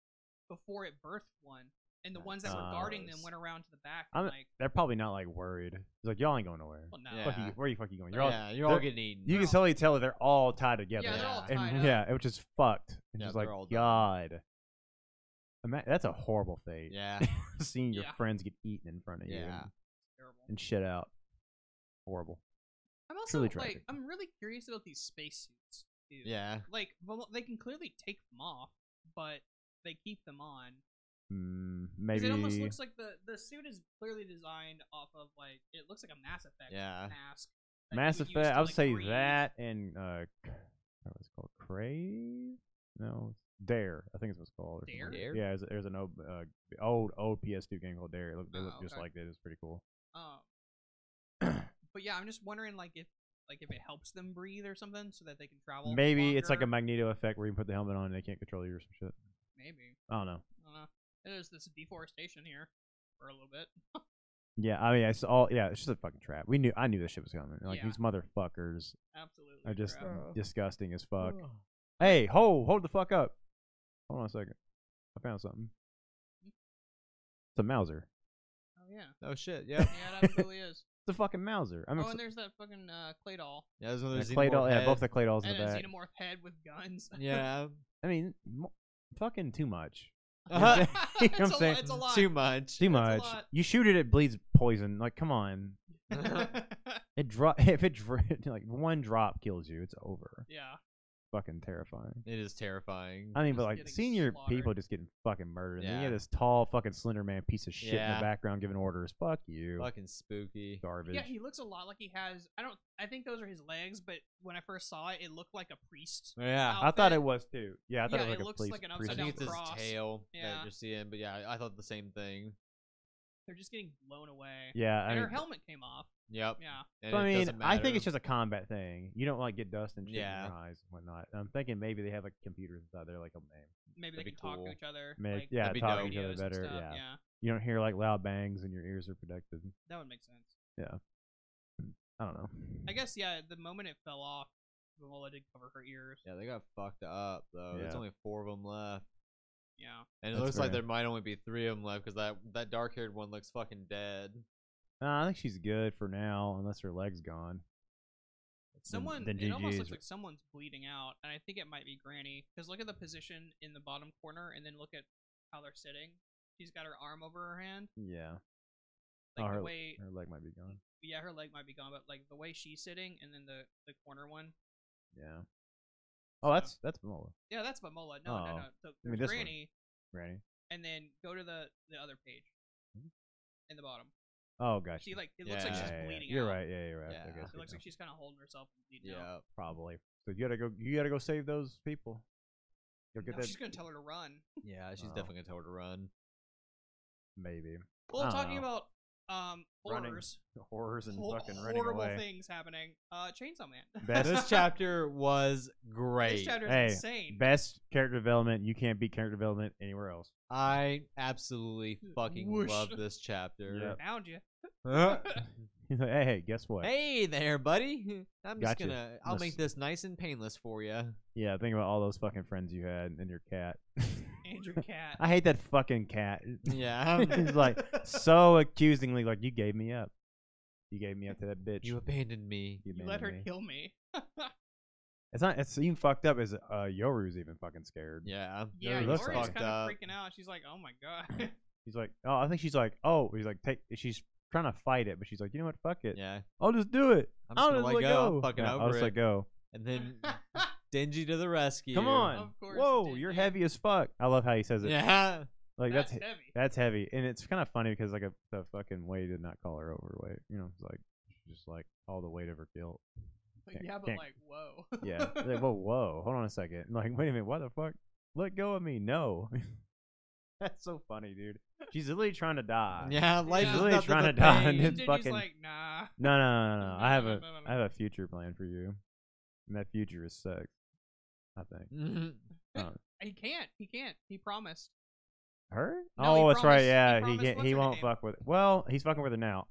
[SPEAKER 4] before it birthed one, and the ones that were guarding them
[SPEAKER 6] Nice.
[SPEAKER 4] went around to the back
[SPEAKER 5] I'm-
[SPEAKER 4] and like,
[SPEAKER 5] They're probably not like worried. It's like y'all ain't going nowhere.
[SPEAKER 4] well, no,
[SPEAKER 6] Yeah.
[SPEAKER 5] Fuck you, where you fuck you going? You're all
[SPEAKER 6] yeah. You're all
[SPEAKER 5] they're-
[SPEAKER 6] getting eaten.
[SPEAKER 5] You can totally tell that they're all tied together.
[SPEAKER 4] Yeah,
[SPEAKER 6] they're all
[SPEAKER 5] and,
[SPEAKER 4] tied up.
[SPEAKER 5] Yeah, which is fucked. It's
[SPEAKER 6] Yeah,
[SPEAKER 5] just
[SPEAKER 6] they're
[SPEAKER 5] like
[SPEAKER 6] all done.
[SPEAKER 5] God. Ima- that's a horrible fate.
[SPEAKER 6] Yeah.
[SPEAKER 5] Seeing your
[SPEAKER 4] Yeah.
[SPEAKER 5] friends get eaten in front of you
[SPEAKER 6] Yeah.
[SPEAKER 5] and,
[SPEAKER 4] terrible.
[SPEAKER 5] and shit out. Horrible.
[SPEAKER 4] I'm also
[SPEAKER 5] truly
[SPEAKER 4] like,
[SPEAKER 5] tragic.
[SPEAKER 4] I'm really curious about these spacesuits too.
[SPEAKER 6] Yeah.
[SPEAKER 4] like well, they can clearly take them off, but they keep them on.
[SPEAKER 5] Mm,
[SPEAKER 4] 'Cause
[SPEAKER 5] maybe
[SPEAKER 4] it almost looks like the the suit is clearly designed off of like it looks like a Mass Effect
[SPEAKER 6] Yeah.
[SPEAKER 4] mask. that you
[SPEAKER 5] Mass
[SPEAKER 4] would use
[SPEAKER 5] Effect.
[SPEAKER 4] to,
[SPEAKER 5] I would
[SPEAKER 4] like,
[SPEAKER 5] say
[SPEAKER 4] breathe.
[SPEAKER 5] that and uh, c- what was it called? Crave? No, Dare. I think it's what's called. or something like-
[SPEAKER 6] Dare?
[SPEAKER 5] Yeah, there's, there's an old, uh, old old PS2 game called Dare. It looked, they
[SPEAKER 4] Oh,
[SPEAKER 5] look just
[SPEAKER 4] okay.
[SPEAKER 5] like that. It's pretty cool.
[SPEAKER 4] Um, but yeah, I'm just wondering like if like if it helps them breathe or something so that they can travel.
[SPEAKER 5] Maybe it's like a
[SPEAKER 4] longer.
[SPEAKER 5] Magneto effect where you put the helmet on and they can't control you or some shit.
[SPEAKER 4] maybe.
[SPEAKER 5] I don't know.
[SPEAKER 4] I don't know. There's this deforestation here for a little bit.
[SPEAKER 5] Yeah, I mean, it's all yeah. It's just a fucking trap. We knew. I knew this shit was coming. Like
[SPEAKER 4] Yeah.
[SPEAKER 5] these motherfuckers
[SPEAKER 4] Absolutely.
[SPEAKER 5] are just uh
[SPEAKER 4] crap.
[SPEAKER 5] disgusting as fuck. hey, ho, hold the fuck up. Hold on a second. I found something. It's a Mauser.
[SPEAKER 4] Oh yeah.
[SPEAKER 6] Oh shit. Yeah.
[SPEAKER 4] Yeah, it absolutely is.
[SPEAKER 5] It's a fucking Mauser. I mean,
[SPEAKER 4] Oh, and there's that fucking uh, clay doll
[SPEAKER 6] Yeah. There's another
[SPEAKER 5] the clay doll.
[SPEAKER 6] xenomorph
[SPEAKER 5] Yeah, both the
[SPEAKER 6] head.
[SPEAKER 5] clay dolls in
[SPEAKER 4] and
[SPEAKER 5] the
[SPEAKER 4] a
[SPEAKER 5] back.
[SPEAKER 4] xenomorph head with guns.
[SPEAKER 6] Yeah.
[SPEAKER 5] I mean, mo- fucking too much.
[SPEAKER 6] Uh-huh.
[SPEAKER 5] You know what I'm
[SPEAKER 4] it's, a,
[SPEAKER 5] saying?
[SPEAKER 4] lot- it's a lot.
[SPEAKER 6] Too much.
[SPEAKER 5] Too
[SPEAKER 4] That's a
[SPEAKER 5] much.
[SPEAKER 4] lot.
[SPEAKER 5] You shoot it, it bleeds poison. Like, come on. It drop. If it dro- like one drop kills you, it's over.
[SPEAKER 4] yeah.
[SPEAKER 5] Fucking terrifying.
[SPEAKER 6] It is terrifying.
[SPEAKER 5] I mean, but
[SPEAKER 4] Just
[SPEAKER 5] like
[SPEAKER 4] getting
[SPEAKER 5] seeing your people
[SPEAKER 4] slaughtered.
[SPEAKER 5] just getting fucking murdered, and then you
[SPEAKER 6] Yeah.
[SPEAKER 5] have this tall fucking slender man piece of shit in
[SPEAKER 6] Yeah.
[SPEAKER 5] the background giving orders. Fuck you,
[SPEAKER 6] Fucking spooky.
[SPEAKER 5] garbage.
[SPEAKER 4] Yeah, he looks a lot like he has. I don't. I think those are his legs, but when I first saw it, it looked like a priest.
[SPEAKER 6] Yeah.
[SPEAKER 5] I thought
[SPEAKER 4] outfit.
[SPEAKER 5] it was too. Yeah, I thought
[SPEAKER 4] Yeah,
[SPEAKER 5] it was
[SPEAKER 4] it
[SPEAKER 5] like a
[SPEAKER 4] looks
[SPEAKER 5] police.
[SPEAKER 4] like an
[SPEAKER 5] police
[SPEAKER 6] I think
[SPEAKER 4] upside down
[SPEAKER 5] officer.
[SPEAKER 6] it's his
[SPEAKER 4] cross.
[SPEAKER 6] tail that
[SPEAKER 4] Yeah.
[SPEAKER 6] you're seeing, but yeah, I thought the same thing.
[SPEAKER 4] They're just getting blown away.
[SPEAKER 5] Yeah, I
[SPEAKER 4] and her
[SPEAKER 5] mean,
[SPEAKER 4] helmet came off.
[SPEAKER 6] Yep.
[SPEAKER 4] Yeah.
[SPEAKER 6] And
[SPEAKER 5] so, I
[SPEAKER 6] it
[SPEAKER 5] mean,
[SPEAKER 6] doesn't
[SPEAKER 5] I think it's
[SPEAKER 6] matter.
[SPEAKER 5] just a combat thing. You don't like get dust and shit
[SPEAKER 6] Yeah.
[SPEAKER 5] in your eyes and whatnot. I'm thinking maybe they have like computers inside there, like a name.
[SPEAKER 4] Maybe
[SPEAKER 6] That'd
[SPEAKER 4] they
[SPEAKER 6] be
[SPEAKER 4] can talk
[SPEAKER 6] cool.
[SPEAKER 4] to each other.
[SPEAKER 5] May-
[SPEAKER 4] like,
[SPEAKER 5] yeah,
[SPEAKER 6] That'd be
[SPEAKER 5] talk to
[SPEAKER 6] dope.
[SPEAKER 5] each other
[SPEAKER 4] radios and
[SPEAKER 5] better.
[SPEAKER 4] stuff.
[SPEAKER 5] Yeah.
[SPEAKER 4] yeah.
[SPEAKER 5] you don't hear like loud bangs and your ears are protected.
[SPEAKER 4] That would make sense.
[SPEAKER 5] I don't know.
[SPEAKER 4] I guess yeah. The moment it fell off, Viola did cover her ears.
[SPEAKER 6] Yeah, they got fucked up though. There's
[SPEAKER 5] Yeah.
[SPEAKER 6] only four of them left,
[SPEAKER 4] Yeah.
[SPEAKER 6] and it
[SPEAKER 5] That's
[SPEAKER 6] looks like
[SPEAKER 5] right.
[SPEAKER 6] there might only be three of them left because that that dark haired one looks fucking dead.
[SPEAKER 5] Nah, I think she's good for now, unless her leg's gone.
[SPEAKER 4] Someone.
[SPEAKER 5] then
[SPEAKER 4] it almost
[SPEAKER 5] GG
[SPEAKER 4] looks
[SPEAKER 5] is-
[SPEAKER 4] like someone's bleeding out, and I think it might be Granny. Because look at the position in the bottom corner, and then look at how they're sitting. She's got her arm over her hand.
[SPEAKER 5] Yeah,
[SPEAKER 4] Like
[SPEAKER 5] Oh,
[SPEAKER 4] the way,
[SPEAKER 5] her leg might be gone.
[SPEAKER 4] yeah, her leg might be gone, but like the way she's sitting, and then the the corner one.
[SPEAKER 5] Yeah. Oh, that's that's Mola,
[SPEAKER 4] Yeah, that's Momola. No, no,
[SPEAKER 5] Oh.
[SPEAKER 4] no. So
[SPEAKER 5] mean,
[SPEAKER 4] there's
[SPEAKER 5] this one.
[SPEAKER 4] Granny,
[SPEAKER 5] Granny.
[SPEAKER 4] and then go to the the other page. In the bottom,
[SPEAKER 5] Oh, gotcha.
[SPEAKER 4] she like it looks like
[SPEAKER 6] Yeah,
[SPEAKER 4] she's
[SPEAKER 5] Hmm? yeah, yeah.
[SPEAKER 4] bleeding
[SPEAKER 5] You're
[SPEAKER 4] out.
[SPEAKER 5] right. Yeah, you're right. I
[SPEAKER 6] Yeah.
[SPEAKER 5] guess
[SPEAKER 4] It
[SPEAKER 5] you
[SPEAKER 4] looks
[SPEAKER 5] know.
[SPEAKER 4] like she's kind of holding herself and bleeding
[SPEAKER 6] Yeah.
[SPEAKER 4] out.
[SPEAKER 5] probably. So you gotta go. You gotta go save those people. You'll get
[SPEAKER 4] No,
[SPEAKER 5] that.
[SPEAKER 4] she's gonna tell her to run.
[SPEAKER 6] Yeah, she's
[SPEAKER 5] Oh.
[SPEAKER 6] definitely gonna tell her to run.
[SPEAKER 5] Maybe
[SPEAKER 4] Well,
[SPEAKER 5] I don't
[SPEAKER 4] talking
[SPEAKER 5] know.
[SPEAKER 4] about um
[SPEAKER 5] Running.
[SPEAKER 4] horrors,
[SPEAKER 5] horrors and
[SPEAKER 4] hor-
[SPEAKER 5] fucking running
[SPEAKER 4] horrible
[SPEAKER 5] away.
[SPEAKER 4] things happening. Uh, Chainsaw Man.
[SPEAKER 5] Best-
[SPEAKER 6] this chapter was great.
[SPEAKER 4] this chapter is
[SPEAKER 5] Hey,
[SPEAKER 4] insane.
[SPEAKER 5] Best character development. You can't beat character development anywhere else.
[SPEAKER 6] I absolutely fucking
[SPEAKER 4] Whoosh.
[SPEAKER 6] love this chapter.
[SPEAKER 4] Found you.
[SPEAKER 5] He's like, hey, hey, guess what?
[SPEAKER 6] Hey there, buddy. I'm just
[SPEAKER 5] Gotcha.
[SPEAKER 6] gonna. I'll
[SPEAKER 5] Let's-
[SPEAKER 6] make this nice and painless for you.
[SPEAKER 5] Yeah, think about all those fucking friends you had and your cat.
[SPEAKER 4] Andrew Cat.
[SPEAKER 5] I hate that fucking cat.
[SPEAKER 6] Yeah.
[SPEAKER 5] He's like so accusingly, like you gave me up. You gave me up to that bitch.
[SPEAKER 6] you abandoned me.
[SPEAKER 5] You
[SPEAKER 4] You let
[SPEAKER 5] abandoned
[SPEAKER 4] her
[SPEAKER 5] me."
[SPEAKER 4] kill me.
[SPEAKER 5] It's not. It's even fucked up. Is uh, Yoru's even fucking scared?
[SPEAKER 6] Yeah.
[SPEAKER 4] Yeah,
[SPEAKER 5] Yoru's
[SPEAKER 4] Yori's
[SPEAKER 5] that's
[SPEAKER 4] kind
[SPEAKER 5] fucked
[SPEAKER 4] of freaking out. She's like, "Oh my god."
[SPEAKER 5] He's like, oh, I think she's like, oh, he's like, take. She's trying to fight it, but she's like, you know what? Fuck it.
[SPEAKER 6] Yeah.
[SPEAKER 5] I'll just do it.
[SPEAKER 6] I'm
[SPEAKER 5] I'll
[SPEAKER 6] just gonna
[SPEAKER 5] just
[SPEAKER 6] let
[SPEAKER 5] let
[SPEAKER 6] go. I'm fucking
[SPEAKER 5] Yeah,
[SPEAKER 6] over
[SPEAKER 5] I'll just
[SPEAKER 6] it.
[SPEAKER 5] let go.
[SPEAKER 6] And then Denji to the rescue.
[SPEAKER 5] Come on.
[SPEAKER 4] Of course,
[SPEAKER 5] Whoa,
[SPEAKER 4] Denji.
[SPEAKER 5] you're heavy as fuck. I love how he says it.
[SPEAKER 6] Yeah.
[SPEAKER 5] Like
[SPEAKER 4] that's
[SPEAKER 5] that's
[SPEAKER 4] heavy.
[SPEAKER 5] That's heavy, and it's kind of funny because like a, the fucking way did not call her overweight. You know, it's like just like all the weight of her guilt.
[SPEAKER 4] But
[SPEAKER 5] can't-
[SPEAKER 4] yeah, but
[SPEAKER 5] can't-
[SPEAKER 4] like, whoa.
[SPEAKER 5] Yeah, It's like whoa, whoa, hold on a second. I'm like, wait a minute, what the fuck? Let go of me, no. That's so funny, dude. She's literally trying to die.
[SPEAKER 6] Yeah. Life
[SPEAKER 4] He's
[SPEAKER 6] is
[SPEAKER 5] really
[SPEAKER 6] nothing
[SPEAKER 5] trying
[SPEAKER 6] but
[SPEAKER 5] to die,
[SPEAKER 6] pain.
[SPEAKER 5] and it's
[SPEAKER 4] Denji's
[SPEAKER 5] fucking-
[SPEAKER 4] like, nah.
[SPEAKER 5] No, no, no, no, no. I have
[SPEAKER 4] No, no,
[SPEAKER 5] a,
[SPEAKER 4] no, no, no.
[SPEAKER 5] I have a future plan for you, and that future is sex. I think
[SPEAKER 6] Mhm.
[SPEAKER 4] He can't. He can't. He promised.
[SPEAKER 5] her.
[SPEAKER 4] No,
[SPEAKER 5] oh,
[SPEAKER 4] he
[SPEAKER 5] that's
[SPEAKER 4] promised-
[SPEAKER 5] right.
[SPEAKER 4] he
[SPEAKER 5] Yeah, he
[SPEAKER 4] promised
[SPEAKER 5] can't.
[SPEAKER 4] what's
[SPEAKER 5] He
[SPEAKER 4] her
[SPEAKER 5] won't
[SPEAKER 4] name?
[SPEAKER 5] fuck with. Well, he's fucking with her now,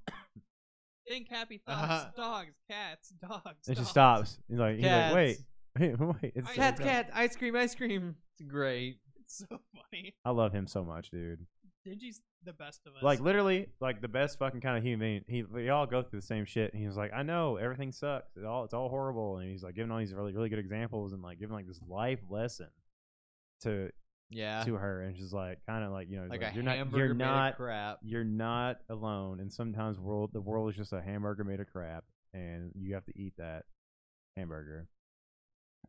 [SPEAKER 4] Think happy thoughts.
[SPEAKER 6] Uh-huh.
[SPEAKER 4] Dogs, cats, dogs.
[SPEAKER 5] and she
[SPEAKER 4] dogs.
[SPEAKER 5] stops. He's like, he's like,
[SPEAKER 6] Cats.
[SPEAKER 5] wait, wait, wait. It's
[SPEAKER 4] I-
[SPEAKER 6] Cats,
[SPEAKER 5] sex.
[SPEAKER 6] cats, ice cream, ice cream. It's great.
[SPEAKER 4] It's so funny.
[SPEAKER 5] I love him so much, dude.
[SPEAKER 4] Denji's the best of us.
[SPEAKER 5] like literally like the best fucking kind of human he we all go through the same shit and he was like i know everything sucks it all it's all horrible and he's like giving all these really really good examples and like giving like this life lesson to
[SPEAKER 6] Yeah.
[SPEAKER 5] to her and she's like kind of like you know
[SPEAKER 6] Like, a
[SPEAKER 5] you're not
[SPEAKER 6] hamburger
[SPEAKER 5] you're
[SPEAKER 6] made of
[SPEAKER 5] not
[SPEAKER 6] crap.
[SPEAKER 5] you're not alone and sometimes world the world is just a hamburger made of crap and you have to eat that hamburger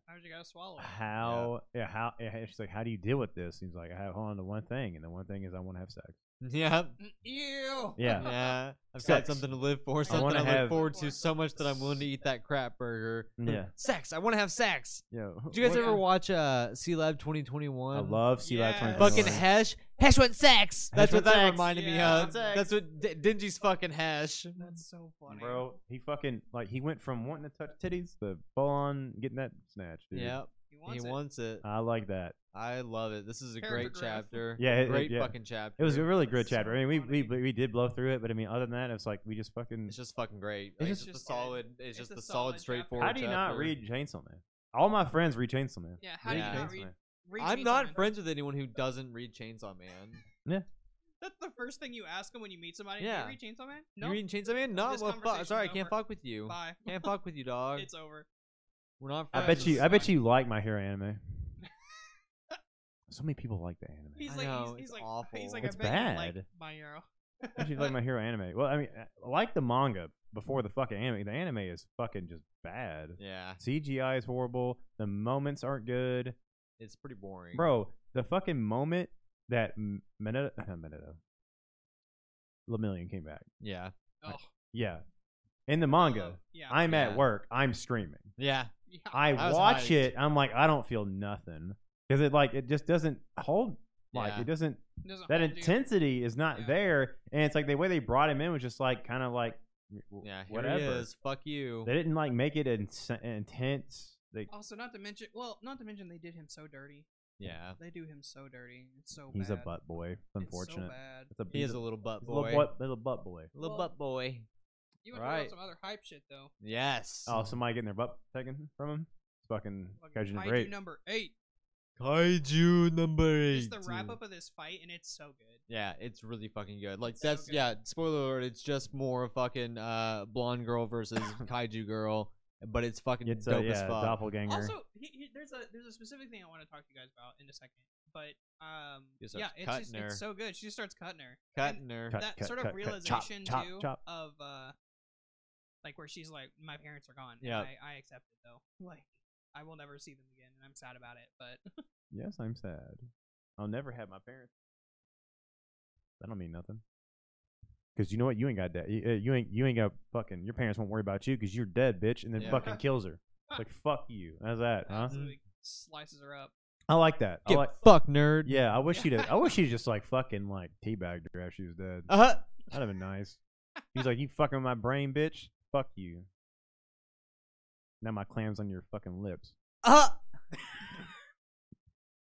[SPEAKER 4] How'd you gotta swallow it?
[SPEAKER 5] how yeah, how yeah, she's like how do you deal with this he's like i hold on to one thing and the one thing is i want to have sex
[SPEAKER 6] Yeah.
[SPEAKER 4] Mm, Ew.
[SPEAKER 5] Yeah.
[SPEAKER 6] Yeah. I've got
[SPEAKER 5] Sex.
[SPEAKER 6] something to live for, something
[SPEAKER 5] wanna
[SPEAKER 6] I, look
[SPEAKER 5] have-
[SPEAKER 6] forward to so much that I'm willing to eat that crap burger.
[SPEAKER 5] yeah
[SPEAKER 6] Sex. I want to have sex.
[SPEAKER 5] yeah
[SPEAKER 6] Did you guys
[SPEAKER 4] What-
[SPEAKER 6] ever watch uh, C Lab 2021?
[SPEAKER 5] i love c
[SPEAKER 4] Yeah.
[SPEAKER 5] live 20
[SPEAKER 6] fucking Hesh. Hesh went sex. That's what
[SPEAKER 5] went
[SPEAKER 6] that
[SPEAKER 5] sex.
[SPEAKER 6] reminded me
[SPEAKER 4] Yeah.
[SPEAKER 6] of. That's what D- Dingy's fucking Hesh.
[SPEAKER 4] That's so funny.
[SPEAKER 5] Bro, he fucking like he went from wanting to touch titties to full on getting that snatch, dude.
[SPEAKER 6] Yeah,
[SPEAKER 4] He
[SPEAKER 6] he
[SPEAKER 4] wants it.
[SPEAKER 6] wants it.
[SPEAKER 5] I like that.
[SPEAKER 6] I love it. This is a great
[SPEAKER 4] Paragraph.
[SPEAKER 6] chapter.
[SPEAKER 5] Yeah, it- it-
[SPEAKER 6] great
[SPEAKER 5] yeah.
[SPEAKER 6] fucking chapter.
[SPEAKER 5] It was a really good
[SPEAKER 4] so
[SPEAKER 5] chapter. I mean, we, we
[SPEAKER 4] funny.
[SPEAKER 5] we did blow through it, but I mean, other than that, it's like we just fucking.
[SPEAKER 6] It's just fucking great.
[SPEAKER 5] It's
[SPEAKER 6] Like, it's
[SPEAKER 4] just-
[SPEAKER 6] just, a solid. It's, just
[SPEAKER 4] a
[SPEAKER 6] a solid,
[SPEAKER 4] solid
[SPEAKER 6] straightforward.
[SPEAKER 5] how do you not
[SPEAKER 6] chapter.
[SPEAKER 5] read Chainsaw Man? All my friends read Chainsaw Man.
[SPEAKER 4] Yeah, how do
[SPEAKER 6] Yeah.
[SPEAKER 4] you not
[SPEAKER 5] Chainsaw
[SPEAKER 4] read?
[SPEAKER 5] Man.
[SPEAKER 4] read
[SPEAKER 6] I'm
[SPEAKER 4] Chainsaw
[SPEAKER 6] not
[SPEAKER 4] Man?
[SPEAKER 6] friends with anyone who doesn't read Chainsaw Man.
[SPEAKER 4] That's the first thing you ask him when you meet somebody.
[SPEAKER 6] Yeah.
[SPEAKER 4] Do you read Chainsaw Man? No.
[SPEAKER 6] You reading Chainsaw Man? No,
[SPEAKER 4] This
[SPEAKER 6] well, fuck.
[SPEAKER 4] conversation's
[SPEAKER 6] Sorry, I can't
[SPEAKER 4] over.
[SPEAKER 6] fuck with you.
[SPEAKER 4] Bye.
[SPEAKER 6] Can't fuck with you, dog.
[SPEAKER 4] It's over.
[SPEAKER 6] We're not.
[SPEAKER 5] I
[SPEAKER 6] Friends.
[SPEAKER 5] bet you. I bet
[SPEAKER 4] suck.
[SPEAKER 5] you like My Hero Anime. so many people like the anime.
[SPEAKER 4] He's
[SPEAKER 6] I
[SPEAKER 4] like,
[SPEAKER 6] know,
[SPEAKER 4] he's, he's
[SPEAKER 6] it's
[SPEAKER 4] like,
[SPEAKER 6] awful.
[SPEAKER 4] he's like,
[SPEAKER 5] It's
[SPEAKER 4] I bet you like
[SPEAKER 5] bad.
[SPEAKER 4] my hero.
[SPEAKER 5] I bet you like My Hero Anime. Well, I mean, I like the manga before the fucking anime. The anime is fucking just bad.
[SPEAKER 6] Yeah,
[SPEAKER 5] CGI is horrible. The moments aren't good.
[SPEAKER 6] it's pretty boring.
[SPEAKER 5] Bro, the fucking moment that M- Mineta, uh, Mineta, Lemillion came back.
[SPEAKER 6] Yeah.
[SPEAKER 4] Oh,
[SPEAKER 5] Yeah. In the manga,
[SPEAKER 4] oh, yeah.
[SPEAKER 5] I'm
[SPEAKER 6] Yeah.
[SPEAKER 5] at work. I'm streaming.
[SPEAKER 6] Yeah.
[SPEAKER 4] yeah.
[SPEAKER 5] I,
[SPEAKER 6] I was
[SPEAKER 5] watch
[SPEAKER 6] hyped.
[SPEAKER 5] it. I'm like, I don't feel nothing because it like it just doesn't hold. Like
[SPEAKER 6] Yeah.
[SPEAKER 5] it doesn't.
[SPEAKER 4] Doesn't
[SPEAKER 5] That
[SPEAKER 4] hold you.
[SPEAKER 5] intensity is not
[SPEAKER 4] Yeah.
[SPEAKER 5] there, and it's like the way they brought him in was just like kind of like w-
[SPEAKER 6] Yeah. Here
[SPEAKER 5] whatever.
[SPEAKER 6] he is. Fuck you.
[SPEAKER 5] They didn't like make it ins- intense. They,
[SPEAKER 4] Also, not to mention, well, not to mention, they did him so dirty.
[SPEAKER 6] Yeah.
[SPEAKER 4] They do him so dirty. It's so
[SPEAKER 5] he's a
[SPEAKER 4] bad.
[SPEAKER 5] butt boy. It's unfortunate.
[SPEAKER 4] It's so bad.
[SPEAKER 5] It's a,
[SPEAKER 6] He
[SPEAKER 5] he's
[SPEAKER 6] is a little butt
[SPEAKER 5] he's a little
[SPEAKER 6] boy.
[SPEAKER 5] butt- little butt boy.
[SPEAKER 6] Little
[SPEAKER 4] Well-
[SPEAKER 6] butt boy.
[SPEAKER 4] You want to talk
[SPEAKER 6] Right.
[SPEAKER 4] about some other hype shit though?
[SPEAKER 6] Yes.
[SPEAKER 5] Oh, somebody getting their butt taken from them? It's fucking
[SPEAKER 4] Fucking
[SPEAKER 5] Kaiju
[SPEAKER 4] Kaiju
[SPEAKER 5] number eight.
[SPEAKER 4] number eight.
[SPEAKER 6] Kaiju number
[SPEAKER 4] Just the wrap up of this fight, and it's so good.
[SPEAKER 6] Yeah, it's really fucking good. Like
[SPEAKER 4] It's so
[SPEAKER 6] that's
[SPEAKER 4] good.
[SPEAKER 6] yeah. Spoiler alert: it's just more fucking uh blonde girl versus kaiju girl, but it's fucking
[SPEAKER 5] It's
[SPEAKER 6] dope
[SPEAKER 5] a yeah,
[SPEAKER 6] as fuck.
[SPEAKER 5] doppelganger.
[SPEAKER 4] Also, he, he, there's a there's a specific thing I want to talk to you guys about in a second. But um,
[SPEAKER 6] She starts
[SPEAKER 4] yeah, it's
[SPEAKER 6] cutting
[SPEAKER 4] just,
[SPEAKER 6] her.
[SPEAKER 4] it's so good. She just starts cutting her. And
[SPEAKER 6] Cutting her.
[SPEAKER 5] Cut,
[SPEAKER 4] that
[SPEAKER 5] cut,
[SPEAKER 4] sort
[SPEAKER 5] cut,
[SPEAKER 4] of
[SPEAKER 5] cut. Chop,
[SPEAKER 4] realization
[SPEAKER 5] chop,
[SPEAKER 4] too
[SPEAKER 5] chop.
[SPEAKER 4] of uh, like where she's like, my parents are gone. and
[SPEAKER 6] Yeah.
[SPEAKER 4] I, I accept it though. Like I will never see them again, and I'm sad about it. But
[SPEAKER 5] Yes, I'm sad. I'll never have my parents. That don't mean nothing. Cause you know what? You ain't got that. You, uh, you ain't. You ain't got fucking. Your parents won't worry about you because you're dead, bitch. And then
[SPEAKER 6] Yeah.
[SPEAKER 5] fucking kills her. It's like fuck you. How's that? Huh?
[SPEAKER 4] absolutely slices her up.
[SPEAKER 5] I like that. I
[SPEAKER 6] Get
[SPEAKER 5] like.
[SPEAKER 6] fucked, nerd.
[SPEAKER 5] Yeah, I wish she'd. have- I wish she'd just like fucking like teabagged her after she was dead.
[SPEAKER 6] Uh huh.
[SPEAKER 5] That'd have been nice. He's like, you fucking with my brain, bitch. Fuck you. Now my clam's on your fucking lips.
[SPEAKER 6] Uh huh.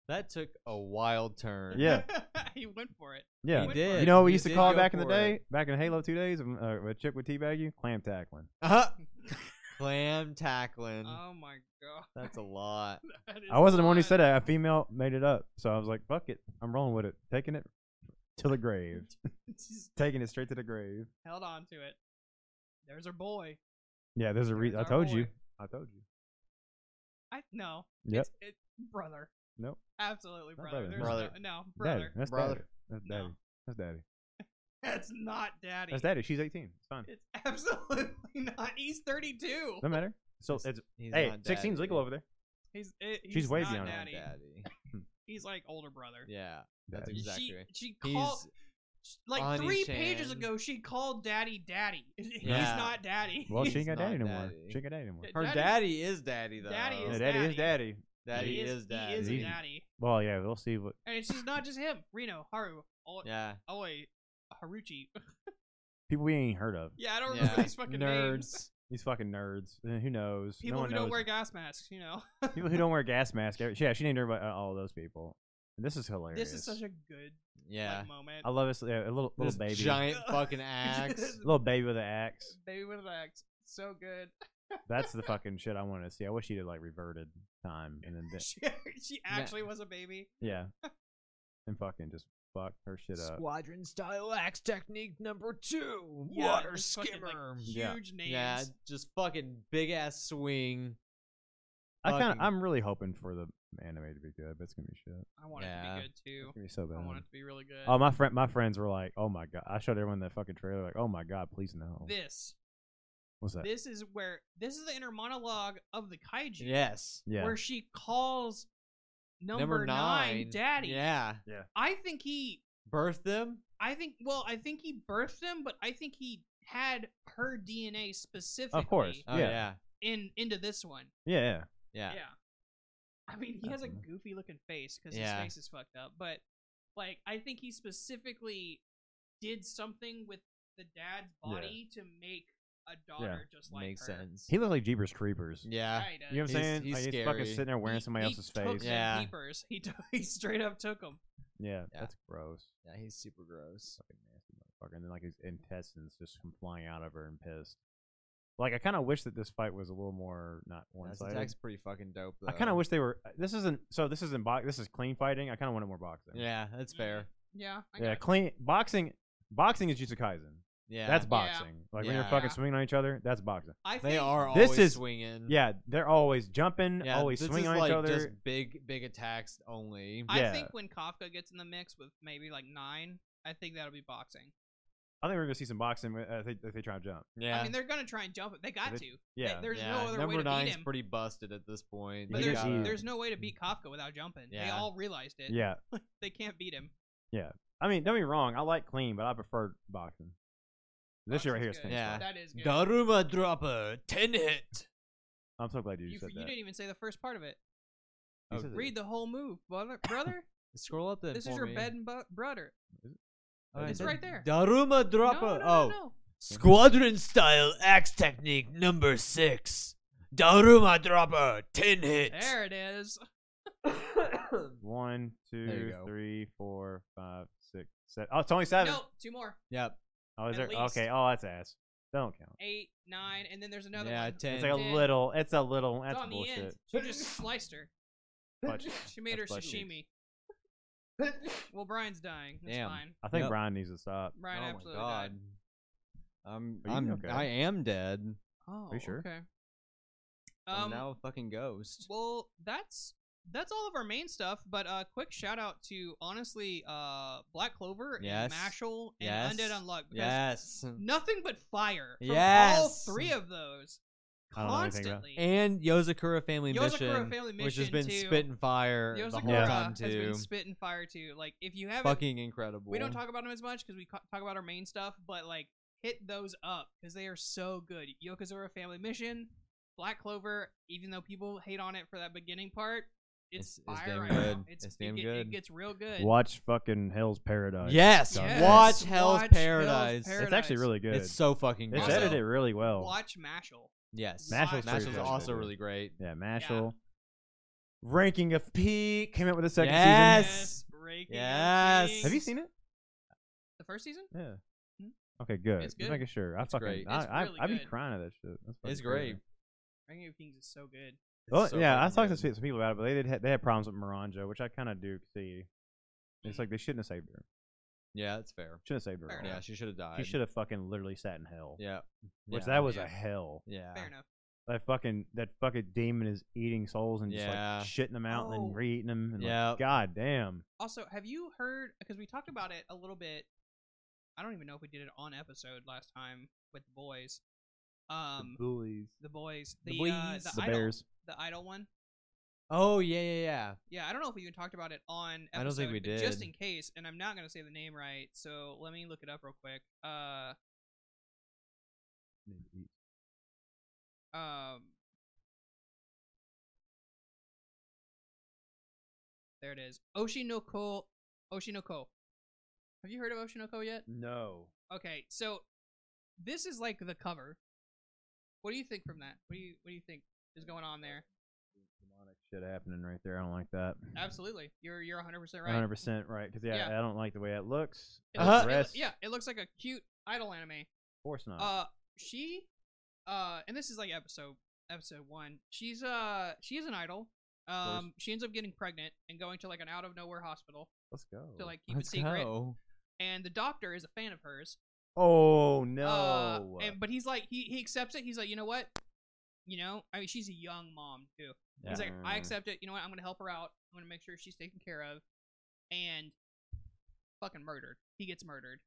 [SPEAKER 6] that took a wild turn.
[SPEAKER 5] Yeah.
[SPEAKER 4] he went for it.
[SPEAKER 5] Yeah.
[SPEAKER 6] He
[SPEAKER 4] You
[SPEAKER 6] did.
[SPEAKER 5] You know what we
[SPEAKER 6] He
[SPEAKER 5] used to
[SPEAKER 6] did
[SPEAKER 5] call it
[SPEAKER 6] go
[SPEAKER 5] back in the
[SPEAKER 6] for it.
[SPEAKER 5] day? Back in Halo 2 days? um, Uh, a chick would teabag you? Clam tackling.
[SPEAKER 6] Uh huh. Clam tackling.
[SPEAKER 4] Oh my god.
[SPEAKER 6] That's a lot.
[SPEAKER 4] That is
[SPEAKER 5] I wasn't the one who
[SPEAKER 4] wild.
[SPEAKER 5] said it. A female made it up, so I was like, "Fuck it, I'm rolling with it, taking it to the grave,
[SPEAKER 4] She's
[SPEAKER 5] taking it straight to the grave."
[SPEAKER 4] held on to it. There's her boy.
[SPEAKER 5] Yeah, there's a
[SPEAKER 4] There's
[SPEAKER 5] reason. I
[SPEAKER 4] our
[SPEAKER 5] told you.
[SPEAKER 4] boy.
[SPEAKER 5] I told you.
[SPEAKER 4] I no.
[SPEAKER 5] Yep.
[SPEAKER 4] It's, it, brother.
[SPEAKER 5] Nope.
[SPEAKER 4] Absolutely,
[SPEAKER 5] Not
[SPEAKER 4] brother.
[SPEAKER 5] brother.
[SPEAKER 4] There's
[SPEAKER 6] Brother.
[SPEAKER 4] No, no,
[SPEAKER 5] Daddy.
[SPEAKER 4] brother.
[SPEAKER 5] That's
[SPEAKER 6] Brother.
[SPEAKER 5] daddy. That's
[SPEAKER 4] No.
[SPEAKER 5] daddy. That's daddy.
[SPEAKER 4] That's not daddy.
[SPEAKER 5] That's daddy. She's 18. It's fine.
[SPEAKER 4] It's absolutely not. He's 32.
[SPEAKER 5] No matter. So it's
[SPEAKER 6] He's
[SPEAKER 5] hey,
[SPEAKER 6] not
[SPEAKER 5] 16's legal
[SPEAKER 6] daddy.
[SPEAKER 5] over there.
[SPEAKER 4] He's it, he's
[SPEAKER 5] She's way
[SPEAKER 4] not
[SPEAKER 5] beyond that.
[SPEAKER 4] daddy.
[SPEAKER 6] Daddy.
[SPEAKER 4] He's like older brother.
[SPEAKER 6] Yeah, that's
[SPEAKER 5] Daddy.
[SPEAKER 6] exactly.
[SPEAKER 4] She
[SPEAKER 6] right.
[SPEAKER 4] she called
[SPEAKER 6] He's on his
[SPEAKER 4] like three pages
[SPEAKER 6] hand.
[SPEAKER 4] ago. She called daddy daddy. He's
[SPEAKER 6] Yeah.
[SPEAKER 4] not daddy.
[SPEAKER 5] Well, she
[SPEAKER 6] He's
[SPEAKER 5] ain't got daddy
[SPEAKER 6] not
[SPEAKER 5] no more.
[SPEAKER 6] daddy.
[SPEAKER 5] She ain't got daddy no more.
[SPEAKER 4] Daddy
[SPEAKER 6] her daddy is daddy though.
[SPEAKER 4] Daddy
[SPEAKER 5] Yeah,
[SPEAKER 4] is
[SPEAKER 5] daddy is
[SPEAKER 4] daddy.
[SPEAKER 5] daddy.
[SPEAKER 6] Daddy
[SPEAKER 4] he
[SPEAKER 6] is,
[SPEAKER 4] is,
[SPEAKER 6] daddy.
[SPEAKER 4] He is a
[SPEAKER 5] Easy.
[SPEAKER 4] daddy.
[SPEAKER 5] Well, yeah, we'll see what.
[SPEAKER 4] And it's just not just him. Reno, Haru, Oi,
[SPEAKER 6] Yeah.
[SPEAKER 4] Oi, Haruchi.
[SPEAKER 5] People we ain't heard of.
[SPEAKER 4] Yeah, I don't
[SPEAKER 6] yeah.
[SPEAKER 4] remember these fucking
[SPEAKER 6] Nerds.
[SPEAKER 4] names.
[SPEAKER 5] These fucking nerds. Eh, Who knows? No
[SPEAKER 4] People
[SPEAKER 5] one
[SPEAKER 4] who don't
[SPEAKER 5] knows.
[SPEAKER 4] wear gas masks, you know.
[SPEAKER 5] people who don't wear gas masks. Every- Yeah, she named everybody uh, all those people. And this is hilarious.
[SPEAKER 4] This is such a good
[SPEAKER 6] Yeah.
[SPEAKER 4] like, moment.
[SPEAKER 5] I love this yeah, a little
[SPEAKER 6] This
[SPEAKER 5] little baby,
[SPEAKER 6] giant fucking axe.
[SPEAKER 5] little baby with an axe.
[SPEAKER 4] Baby with an axe. So good.
[SPEAKER 5] That's the fucking shit I wanted to see. I wish she did like reverted time and then di-
[SPEAKER 4] she, she actually was a baby.
[SPEAKER 5] yeah, and fucking just fuck her shit up.
[SPEAKER 6] Squadron style axe technique number two.
[SPEAKER 4] Yeah, just fucking, like,
[SPEAKER 5] Yeah.
[SPEAKER 4] Huge names.
[SPEAKER 6] Yeah, just fucking big ass swing.
[SPEAKER 5] I kind of
[SPEAKER 6] fucking-
[SPEAKER 5] I'm really hoping for the anime to be good, but it's gonna be shit.
[SPEAKER 4] I want it
[SPEAKER 6] Yeah.
[SPEAKER 4] to be good too.
[SPEAKER 5] It's gonna be so bad.
[SPEAKER 4] I want it to be really good.
[SPEAKER 5] Oh my friend, my friends were like, "Oh my god!" I showed everyone that fucking trailer. Like, "Oh my god, please no!"
[SPEAKER 4] this.
[SPEAKER 5] What's that?
[SPEAKER 4] This is where this is the inner monologue of the kaiju.
[SPEAKER 6] Yes.
[SPEAKER 5] yeah,
[SPEAKER 4] Where she calls number,
[SPEAKER 6] Number
[SPEAKER 4] nine, daddy.
[SPEAKER 6] Yeah.
[SPEAKER 4] I think he
[SPEAKER 6] Birth them.
[SPEAKER 4] I think well, I think he birthed him, but I think he had her DNA specifically
[SPEAKER 5] of course.
[SPEAKER 6] Oh
[SPEAKER 5] yeah.
[SPEAKER 6] yeah.
[SPEAKER 4] in into this one.
[SPEAKER 5] yeah, yeah,
[SPEAKER 6] Yeah.
[SPEAKER 4] Yeah. I mean, he has a
[SPEAKER 5] Definitely.
[SPEAKER 4] goofy looking face because
[SPEAKER 6] Yeah.
[SPEAKER 4] his face is fucked up. But like, I think he specifically did something with the dad's
[SPEAKER 5] Yeah.
[SPEAKER 4] body to make a daughter just like
[SPEAKER 6] Makes
[SPEAKER 4] her.
[SPEAKER 6] sense.
[SPEAKER 5] He looked like Jeepers Creepers.
[SPEAKER 6] yeah.
[SPEAKER 4] Kinda.
[SPEAKER 5] You know what I'm
[SPEAKER 6] He's-
[SPEAKER 5] saying?
[SPEAKER 6] he's
[SPEAKER 5] like, he's fucking
[SPEAKER 6] scary.
[SPEAKER 5] sitting there wearing
[SPEAKER 4] He-
[SPEAKER 5] somebody
[SPEAKER 4] he
[SPEAKER 5] else's
[SPEAKER 4] took
[SPEAKER 5] face.
[SPEAKER 4] the
[SPEAKER 6] Yeah.
[SPEAKER 4] peepers. He took, he straight up took them.
[SPEAKER 5] Yeah,
[SPEAKER 6] Yeah.
[SPEAKER 5] that's gross.
[SPEAKER 6] Yeah, he's super gross.
[SPEAKER 5] Fucking nasty motherfucker. And then like his intestines just come flying out of her and pissed. Like I kind of wish that this fight was a little more not one
[SPEAKER 6] That's
[SPEAKER 5] sided.
[SPEAKER 6] attack's pretty fucking dope though.
[SPEAKER 5] I kind of wish they were. This isn't so. This isn't box. This is clean fighting. I kind of wanted more boxing.
[SPEAKER 6] Yeah, that's fair.
[SPEAKER 4] Yeah. I
[SPEAKER 5] yeah.
[SPEAKER 4] got-
[SPEAKER 5] Clean boxing. Boxing is Jujutsu Kaisen.
[SPEAKER 6] Yeah.
[SPEAKER 5] That's
[SPEAKER 4] Yeah.
[SPEAKER 5] boxing. Like when you're
[SPEAKER 6] Yeah.
[SPEAKER 5] fucking swinging on each other, that's boxing.
[SPEAKER 4] I think
[SPEAKER 6] They are
[SPEAKER 5] This
[SPEAKER 6] always
[SPEAKER 5] is-
[SPEAKER 6] swinging.
[SPEAKER 5] Yeah, they're always jumping,
[SPEAKER 6] Mm. Yeah,
[SPEAKER 5] always
[SPEAKER 6] this
[SPEAKER 5] swinging
[SPEAKER 6] is
[SPEAKER 5] on
[SPEAKER 6] like
[SPEAKER 5] each other.
[SPEAKER 6] Just big, big attacks only.
[SPEAKER 4] I
[SPEAKER 5] yeah.
[SPEAKER 4] think when Kafka gets in the mix with maybe like nine, I think that'll be boxing.
[SPEAKER 5] I think we're gonna see some boxing uh, if, they, if they try to jump.
[SPEAKER 6] yeah.
[SPEAKER 4] I mean, they're gonna try and jump it. They got
[SPEAKER 5] They-
[SPEAKER 4] to. They-
[SPEAKER 5] Yeah,
[SPEAKER 4] there's
[SPEAKER 6] yeah.
[SPEAKER 4] no other
[SPEAKER 6] Number
[SPEAKER 4] way to
[SPEAKER 6] nine's
[SPEAKER 4] beat him.
[SPEAKER 6] pretty busted at this point.
[SPEAKER 5] But
[SPEAKER 4] But
[SPEAKER 6] They
[SPEAKER 5] You
[SPEAKER 4] there's,
[SPEAKER 5] just
[SPEAKER 6] gotta-
[SPEAKER 5] need-
[SPEAKER 4] there's no way to beat Kafka without jumping. They
[SPEAKER 6] Yeah.
[SPEAKER 4] all realized it.
[SPEAKER 5] yeah.
[SPEAKER 4] They can't beat him.
[SPEAKER 5] I mean, don't be wrong. I like clean, but I prefer boxing. This shit right here is clean.
[SPEAKER 4] Boxing's good.
[SPEAKER 6] Yeah.
[SPEAKER 4] That is good.
[SPEAKER 6] Daruma dropper, ten hit.
[SPEAKER 5] I'm so glad you,
[SPEAKER 4] You,
[SPEAKER 5] said
[SPEAKER 4] you
[SPEAKER 5] that.
[SPEAKER 4] didn't even say the first part of it.
[SPEAKER 5] You
[SPEAKER 6] Oh,
[SPEAKER 5] said that.
[SPEAKER 4] Read the whole move, brother. brother
[SPEAKER 6] Scroll up then.
[SPEAKER 4] this
[SPEAKER 6] for
[SPEAKER 4] is your
[SPEAKER 6] me.
[SPEAKER 4] bed and bu- brother.
[SPEAKER 6] Oh, it
[SPEAKER 4] it's
[SPEAKER 6] said
[SPEAKER 4] right there.
[SPEAKER 6] Daruma
[SPEAKER 4] No,
[SPEAKER 6] dropper.
[SPEAKER 4] no, no,
[SPEAKER 6] oh,
[SPEAKER 4] no.
[SPEAKER 6] squadron style axe technique number six. Daruma dropper, ten hit.
[SPEAKER 4] There it is.
[SPEAKER 5] One, two,
[SPEAKER 6] go.
[SPEAKER 5] three, four, five, six, seven. Oh, it's only seven.
[SPEAKER 4] Nope. Two more.
[SPEAKER 6] Yep.
[SPEAKER 5] Oh, is there?
[SPEAKER 4] at least.
[SPEAKER 5] Okay. Oh, that's ass. That don't count.
[SPEAKER 4] Eight, nine, and then there's another
[SPEAKER 6] Yeah,
[SPEAKER 4] one.
[SPEAKER 6] ten.
[SPEAKER 5] It's like a
[SPEAKER 4] Ten.
[SPEAKER 5] little. It's a little.
[SPEAKER 4] It's
[SPEAKER 5] That's
[SPEAKER 4] on the end.
[SPEAKER 5] bullshit.
[SPEAKER 4] She just sliced her.
[SPEAKER 5] But
[SPEAKER 4] She made her
[SPEAKER 5] That's bullshit.
[SPEAKER 4] sashimi. well, Brian's dying. That's
[SPEAKER 6] Damn.
[SPEAKER 4] fine.
[SPEAKER 5] I think
[SPEAKER 6] Yep.
[SPEAKER 5] Brian needs to stop.
[SPEAKER 4] Brian
[SPEAKER 6] oh
[SPEAKER 4] absolutely
[SPEAKER 6] my god.
[SPEAKER 4] died.
[SPEAKER 6] I'm,
[SPEAKER 5] Are you
[SPEAKER 6] I'm,
[SPEAKER 5] okay?
[SPEAKER 6] I am dead.
[SPEAKER 4] Oh,
[SPEAKER 5] you sure?
[SPEAKER 4] Okay.
[SPEAKER 6] I'm
[SPEAKER 4] Um,
[SPEAKER 6] now a fucking ghost.
[SPEAKER 4] Well, that's that's all of our main stuff. But uh, quick shout out to honestly, uh, Black Clover
[SPEAKER 6] Yes.
[SPEAKER 4] and Mashal
[SPEAKER 6] Yes.
[SPEAKER 4] and Undead Unluck. because
[SPEAKER 6] Yes.
[SPEAKER 4] Nothing but fire from all
[SPEAKER 6] Yes.
[SPEAKER 4] three of those
[SPEAKER 5] I don't know anything about-
[SPEAKER 4] constantly.
[SPEAKER 6] And Yozakura Family
[SPEAKER 4] Yozakura
[SPEAKER 6] Mission,
[SPEAKER 4] Family
[SPEAKER 6] which has
[SPEAKER 4] Mission
[SPEAKER 6] been
[SPEAKER 4] too.
[SPEAKER 6] spitting fire the whole
[SPEAKER 4] Yozakura
[SPEAKER 6] time
[SPEAKER 4] has
[SPEAKER 6] too.
[SPEAKER 4] been spitting fire too. Like if you haven't,
[SPEAKER 6] Fucking incredible.
[SPEAKER 4] we don't talk about them as much because we ca- talk about our main stuff. But like hit those up because they are so good. Yokozora Family Mission, Black Clover. Even though people hate on it for that beginning part,
[SPEAKER 6] It's-
[SPEAKER 4] it's,
[SPEAKER 6] it's
[SPEAKER 4] fire
[SPEAKER 6] damn
[SPEAKER 4] right now.
[SPEAKER 6] good. It's damn
[SPEAKER 4] it, get-
[SPEAKER 6] good.
[SPEAKER 4] It gets real good.
[SPEAKER 5] Watch fucking Hell's Paradise.
[SPEAKER 6] Yes,
[SPEAKER 5] Yes.
[SPEAKER 6] watch Hell's
[SPEAKER 4] Watch Hell's
[SPEAKER 6] Paradise.
[SPEAKER 4] Paradise.
[SPEAKER 5] It's actually really good.
[SPEAKER 6] It's so fucking.
[SPEAKER 5] It's
[SPEAKER 6] good.
[SPEAKER 4] Also-
[SPEAKER 5] edited really well.
[SPEAKER 4] Watch Mashal.
[SPEAKER 6] Yes,
[SPEAKER 5] Mashal's
[SPEAKER 4] Watch-
[SPEAKER 5] pretty
[SPEAKER 6] Mashal's
[SPEAKER 5] good.
[SPEAKER 6] also really great.
[SPEAKER 5] Yeah, Mashal. Ranking of Peak came out with a second
[SPEAKER 6] Yes.
[SPEAKER 4] Breaking
[SPEAKER 6] Yes.
[SPEAKER 4] Kings.
[SPEAKER 5] season. Have you seen it?
[SPEAKER 4] the first season?
[SPEAKER 5] Yeah.
[SPEAKER 4] Hmm?
[SPEAKER 5] Okay, good.
[SPEAKER 4] It's
[SPEAKER 5] Just
[SPEAKER 4] good.
[SPEAKER 5] making sure. I fucking
[SPEAKER 6] great.
[SPEAKER 5] I,
[SPEAKER 4] It's
[SPEAKER 5] I,
[SPEAKER 4] really
[SPEAKER 5] I be
[SPEAKER 4] good.
[SPEAKER 5] crying at that shit. That's fucking
[SPEAKER 6] It's great.
[SPEAKER 5] crazy.
[SPEAKER 4] Ranking of Kings is so good.
[SPEAKER 6] It's
[SPEAKER 5] Well,
[SPEAKER 6] so
[SPEAKER 5] yeah, I
[SPEAKER 6] fucking
[SPEAKER 5] talked to
[SPEAKER 6] good.
[SPEAKER 5] some people about it, but they did ha- they had problems with Miranda, which I kind of do see. It's like they shouldn't have saved her.
[SPEAKER 6] Yeah, that's Hmm. fair.
[SPEAKER 5] Shouldn't have saved her.
[SPEAKER 4] Fair
[SPEAKER 5] at all.
[SPEAKER 6] Yeah, she should have died.
[SPEAKER 5] She should have fucking literally sat in hell.
[SPEAKER 6] Yeah.
[SPEAKER 5] Which
[SPEAKER 6] yeah.
[SPEAKER 5] that was
[SPEAKER 4] Yeah.
[SPEAKER 5] a hell.
[SPEAKER 6] Yeah.
[SPEAKER 4] Fair enough.
[SPEAKER 5] That fucking that fucking demon is eating souls and
[SPEAKER 6] Yeah.
[SPEAKER 5] just like shitting them out and
[SPEAKER 4] Oh.
[SPEAKER 5] then re-eating them. And
[SPEAKER 6] Yep.
[SPEAKER 5] like, God damn.
[SPEAKER 4] Also, have you heard? Because we talked about it a little bit. I don't even know if we did it on episode last time with the boys. Um,
[SPEAKER 5] bullies.
[SPEAKER 4] the boys, the
[SPEAKER 6] The
[SPEAKER 4] uh,
[SPEAKER 6] boys.
[SPEAKER 4] the,
[SPEAKER 5] The
[SPEAKER 4] idol,
[SPEAKER 5] bears.
[SPEAKER 4] the idol one.
[SPEAKER 6] Oh yeah, yeah, yeah.
[SPEAKER 4] Yeah, I don't know if we even talked about it on. Episode,
[SPEAKER 6] I don't think we
[SPEAKER 4] but Just
[SPEAKER 6] did.
[SPEAKER 4] in case, and I'm not gonna say the name right, so let me look it up real quick. Uh, um, there it is. Oshinoko, Oshinoko. Have you heard of Oshinoko yet?
[SPEAKER 5] No.
[SPEAKER 4] Okay, so this is like the cover. What do you think from that? What do you What do you think is going on there?
[SPEAKER 5] Demonic shit happening right there. I don't like that.
[SPEAKER 4] Absolutely, you're you're 100 percent right.
[SPEAKER 5] One hundred percent right. Because yeah,
[SPEAKER 4] Yeah.
[SPEAKER 5] I don't like the way it looks.
[SPEAKER 4] It
[SPEAKER 5] the
[SPEAKER 4] looks- it loo-
[SPEAKER 5] dress,
[SPEAKER 4] yeah, it looks like a cute idol anime.
[SPEAKER 5] Of course not.
[SPEAKER 4] Uh, she, uh, and this is like episode episode one. She's uh, she is an idol. Um, she ends up getting pregnant and going to like an out of nowhere hospital
[SPEAKER 5] Let's go.
[SPEAKER 4] to like keep a secret.
[SPEAKER 6] go.
[SPEAKER 4] And the doctor is a fan of hers.
[SPEAKER 5] oh no.
[SPEAKER 4] Uh, and but he's like he he accepts it. He's like, you know what, you know, I mean, she's a young mom too. He's like, I accept it. You know what? I'm gonna help her out. I'm gonna make sure she's taken care of, and fucking murdered. He gets murdered.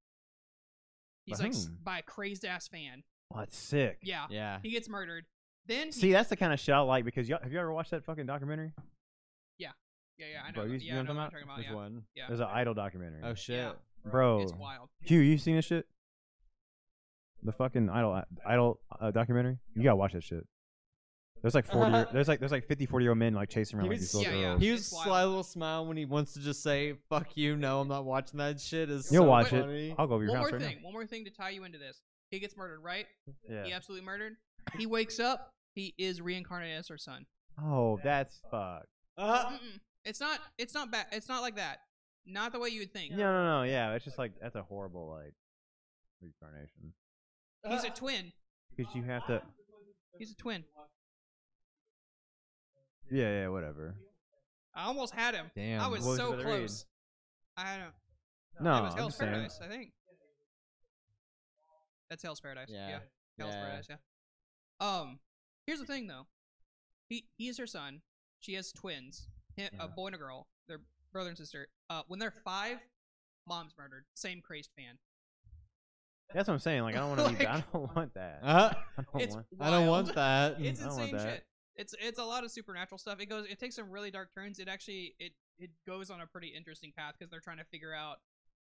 [SPEAKER 4] He's
[SPEAKER 5] By
[SPEAKER 4] like s-
[SPEAKER 5] whom?
[SPEAKER 4] by a crazed ass fan.
[SPEAKER 5] Oh, that's sick.
[SPEAKER 4] Yeah,
[SPEAKER 6] Yeah.
[SPEAKER 4] he gets murdered. Then he,
[SPEAKER 5] See, that's the kind of shit I like because y'all, have you ever watched that fucking documentary?
[SPEAKER 4] yeah, yeah, I know.
[SPEAKER 5] Bro, you-
[SPEAKER 4] the-
[SPEAKER 5] you
[SPEAKER 4] yeah, I
[SPEAKER 5] know
[SPEAKER 4] know
[SPEAKER 5] what
[SPEAKER 4] what
[SPEAKER 5] I'm
[SPEAKER 4] I'm talking about.
[SPEAKER 6] Which
[SPEAKER 4] Yeah,
[SPEAKER 6] one?
[SPEAKER 4] yeah.
[SPEAKER 5] There's an idol documentary.
[SPEAKER 6] Oh shit.
[SPEAKER 5] bro,
[SPEAKER 4] it's wild.
[SPEAKER 5] Q, you seen this shit? The fucking idol idol uh, documentary. You gotta watch that shit. There's like forty. year, there's like there's like 50, 40 year old men like chasing around
[SPEAKER 6] He
[SPEAKER 5] like
[SPEAKER 6] was-
[SPEAKER 5] these little
[SPEAKER 4] yeah, yeah.
[SPEAKER 5] girls.
[SPEAKER 6] He was
[SPEAKER 4] It's wild.
[SPEAKER 6] sly little smile when he wants to just say "fuck you." No, I'm not watching that shit. Is
[SPEAKER 5] You'll
[SPEAKER 6] so
[SPEAKER 5] watch it.
[SPEAKER 6] funny.
[SPEAKER 5] I'll go over your
[SPEAKER 4] One
[SPEAKER 5] house
[SPEAKER 4] more
[SPEAKER 5] right
[SPEAKER 4] thing. One more thing to tie you into this. He gets murdered, right?
[SPEAKER 5] now.
[SPEAKER 4] He absolutely murdered. He wakes up. He is reincarnated as her son.
[SPEAKER 5] Oh, that's fucked.
[SPEAKER 6] Uh,
[SPEAKER 4] Mm-mm. It's not. It's not bad. It's not like that. Not the way you would think.
[SPEAKER 5] No, no, no. Yeah, it's just like that's a horrible like reincarnation
[SPEAKER 4] He's a
[SPEAKER 5] Uh.
[SPEAKER 4] twin.
[SPEAKER 5] because you have to.
[SPEAKER 4] He's a twin.
[SPEAKER 5] Yeah, yeah, whatever.
[SPEAKER 4] I almost had him.
[SPEAKER 6] Damn.
[SPEAKER 4] I was
[SPEAKER 5] What was
[SPEAKER 4] so
[SPEAKER 5] the other
[SPEAKER 4] close. I don't.
[SPEAKER 5] No,
[SPEAKER 4] it was
[SPEAKER 5] I'm
[SPEAKER 4] Hell's
[SPEAKER 5] just saying.
[SPEAKER 4] Paradise, I think. That's Hell's Paradise. Yeah.
[SPEAKER 6] Yeah.
[SPEAKER 4] Hell's
[SPEAKER 6] Yeah.
[SPEAKER 4] Paradise. Yeah. Um, here's the thing though. He he is her son. She has twins, hi- a boy and a girl. They're brother and sister. Uh, when they're five, mom's murdered. Same crazed fan.
[SPEAKER 5] That's what I'm saying. Like I don't want to. be. I
[SPEAKER 4] Like-
[SPEAKER 5] don't want that.
[SPEAKER 6] Uh,
[SPEAKER 5] Oh I don't
[SPEAKER 4] It's
[SPEAKER 5] want.
[SPEAKER 6] I Mm, don't
[SPEAKER 4] wild.
[SPEAKER 6] want that.
[SPEAKER 4] it's
[SPEAKER 5] I don't want
[SPEAKER 4] insane
[SPEAKER 5] that.
[SPEAKER 4] shit. It's it's a lot of supernatural stuff. It goes it takes some really dark turns. It actually it it goes on a pretty interesting path because they're trying to figure out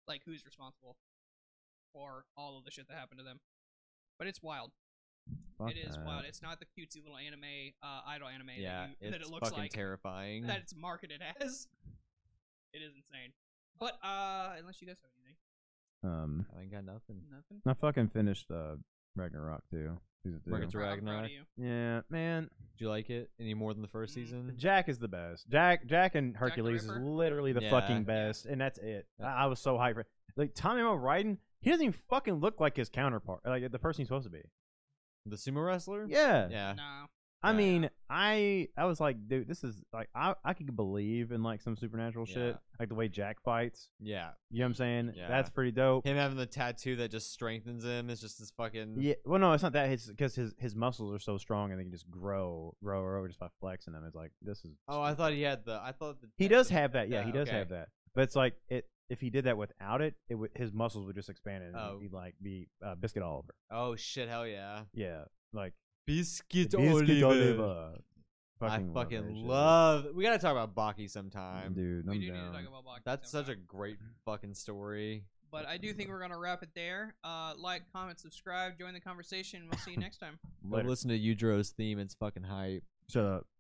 [SPEAKER 4] like who's responsible for all of the shit that happened to them. But it's wild.
[SPEAKER 5] Fuck
[SPEAKER 4] it is
[SPEAKER 5] that.
[SPEAKER 4] wild. It's not the cutesy little anime uh, idol anime
[SPEAKER 6] yeah,
[SPEAKER 4] that, you,
[SPEAKER 6] it's
[SPEAKER 4] that it looks
[SPEAKER 6] fucking
[SPEAKER 4] like
[SPEAKER 6] terrifying.
[SPEAKER 4] that it's marketed as. It is insane. But uh, unless you guys have anything,
[SPEAKER 5] Um,
[SPEAKER 6] I ain't got nothing.
[SPEAKER 4] nothing.
[SPEAKER 5] I fucking finished uh, Ragnarok too. Season two.
[SPEAKER 6] Ragnarok. It's
[SPEAKER 4] I'm proud- I'm proud
[SPEAKER 6] Ragnarok.
[SPEAKER 4] of you.
[SPEAKER 5] Yeah, man.
[SPEAKER 6] Did you like it any more than the first
[SPEAKER 4] Mm.
[SPEAKER 6] season?
[SPEAKER 5] Jack is the best. Jack, Jack, and Hercules is
[SPEAKER 4] Ripper?
[SPEAKER 5] literally the
[SPEAKER 6] Yeah.
[SPEAKER 5] fucking best, and that's it. I, I was so hyped. for- Like Tommy Mo Ryden, he doesn't even fucking look like his counterpart, like the person he's supposed to be.
[SPEAKER 6] The sumo wrestler?
[SPEAKER 5] Yeah.
[SPEAKER 6] Yeah.
[SPEAKER 4] Nah,
[SPEAKER 5] I
[SPEAKER 6] Yeah.
[SPEAKER 5] mean, I I was like, dude, this is like I I could believe in like some supernatural shit,
[SPEAKER 6] Yeah.
[SPEAKER 5] like the way Jack fights.
[SPEAKER 6] Yeah.
[SPEAKER 5] You know what I'm saying?
[SPEAKER 6] Yeah.
[SPEAKER 5] That's pretty dope.
[SPEAKER 6] Him having the tattoo that just strengthens him is just this fucking.
[SPEAKER 5] Yeah. Well, no, it's not that. It's because his his muscles are so strong and they can just grow, grow, grow just by flexing them. It's like this is.
[SPEAKER 6] Oh, I thought he had the. I thought the,
[SPEAKER 5] He
[SPEAKER 6] the-
[SPEAKER 5] does have that. Yeah,
[SPEAKER 6] Yeah,
[SPEAKER 5] he does
[SPEAKER 6] okay.
[SPEAKER 5] have that. But it's like it. If he did that without it, it would his muscles would just expand and
[SPEAKER 6] Oh.
[SPEAKER 5] he'd like be uh, biscuit Oliver.
[SPEAKER 6] Oh shit! Hell yeah!
[SPEAKER 5] Yeah, like
[SPEAKER 6] Biscuit,
[SPEAKER 5] biscuit
[SPEAKER 6] Oliver.
[SPEAKER 5] Oliver.
[SPEAKER 6] I
[SPEAKER 5] love that
[SPEAKER 6] fucking
[SPEAKER 5] shit.
[SPEAKER 6] love. We gotta talk about Baki sometime.
[SPEAKER 5] dude.
[SPEAKER 4] we
[SPEAKER 5] I'm
[SPEAKER 4] do
[SPEAKER 5] down.
[SPEAKER 4] need to talk about Baki
[SPEAKER 6] That's such
[SPEAKER 4] sometime.
[SPEAKER 6] a great fucking story.
[SPEAKER 4] But I do think we're gonna wrap it there. Uh, like, comment, subscribe, join the conversation. We'll see you next time.
[SPEAKER 6] Go
[SPEAKER 5] Later.
[SPEAKER 6] listen to Yudro's theme. It's fucking hype.
[SPEAKER 5] Shut up.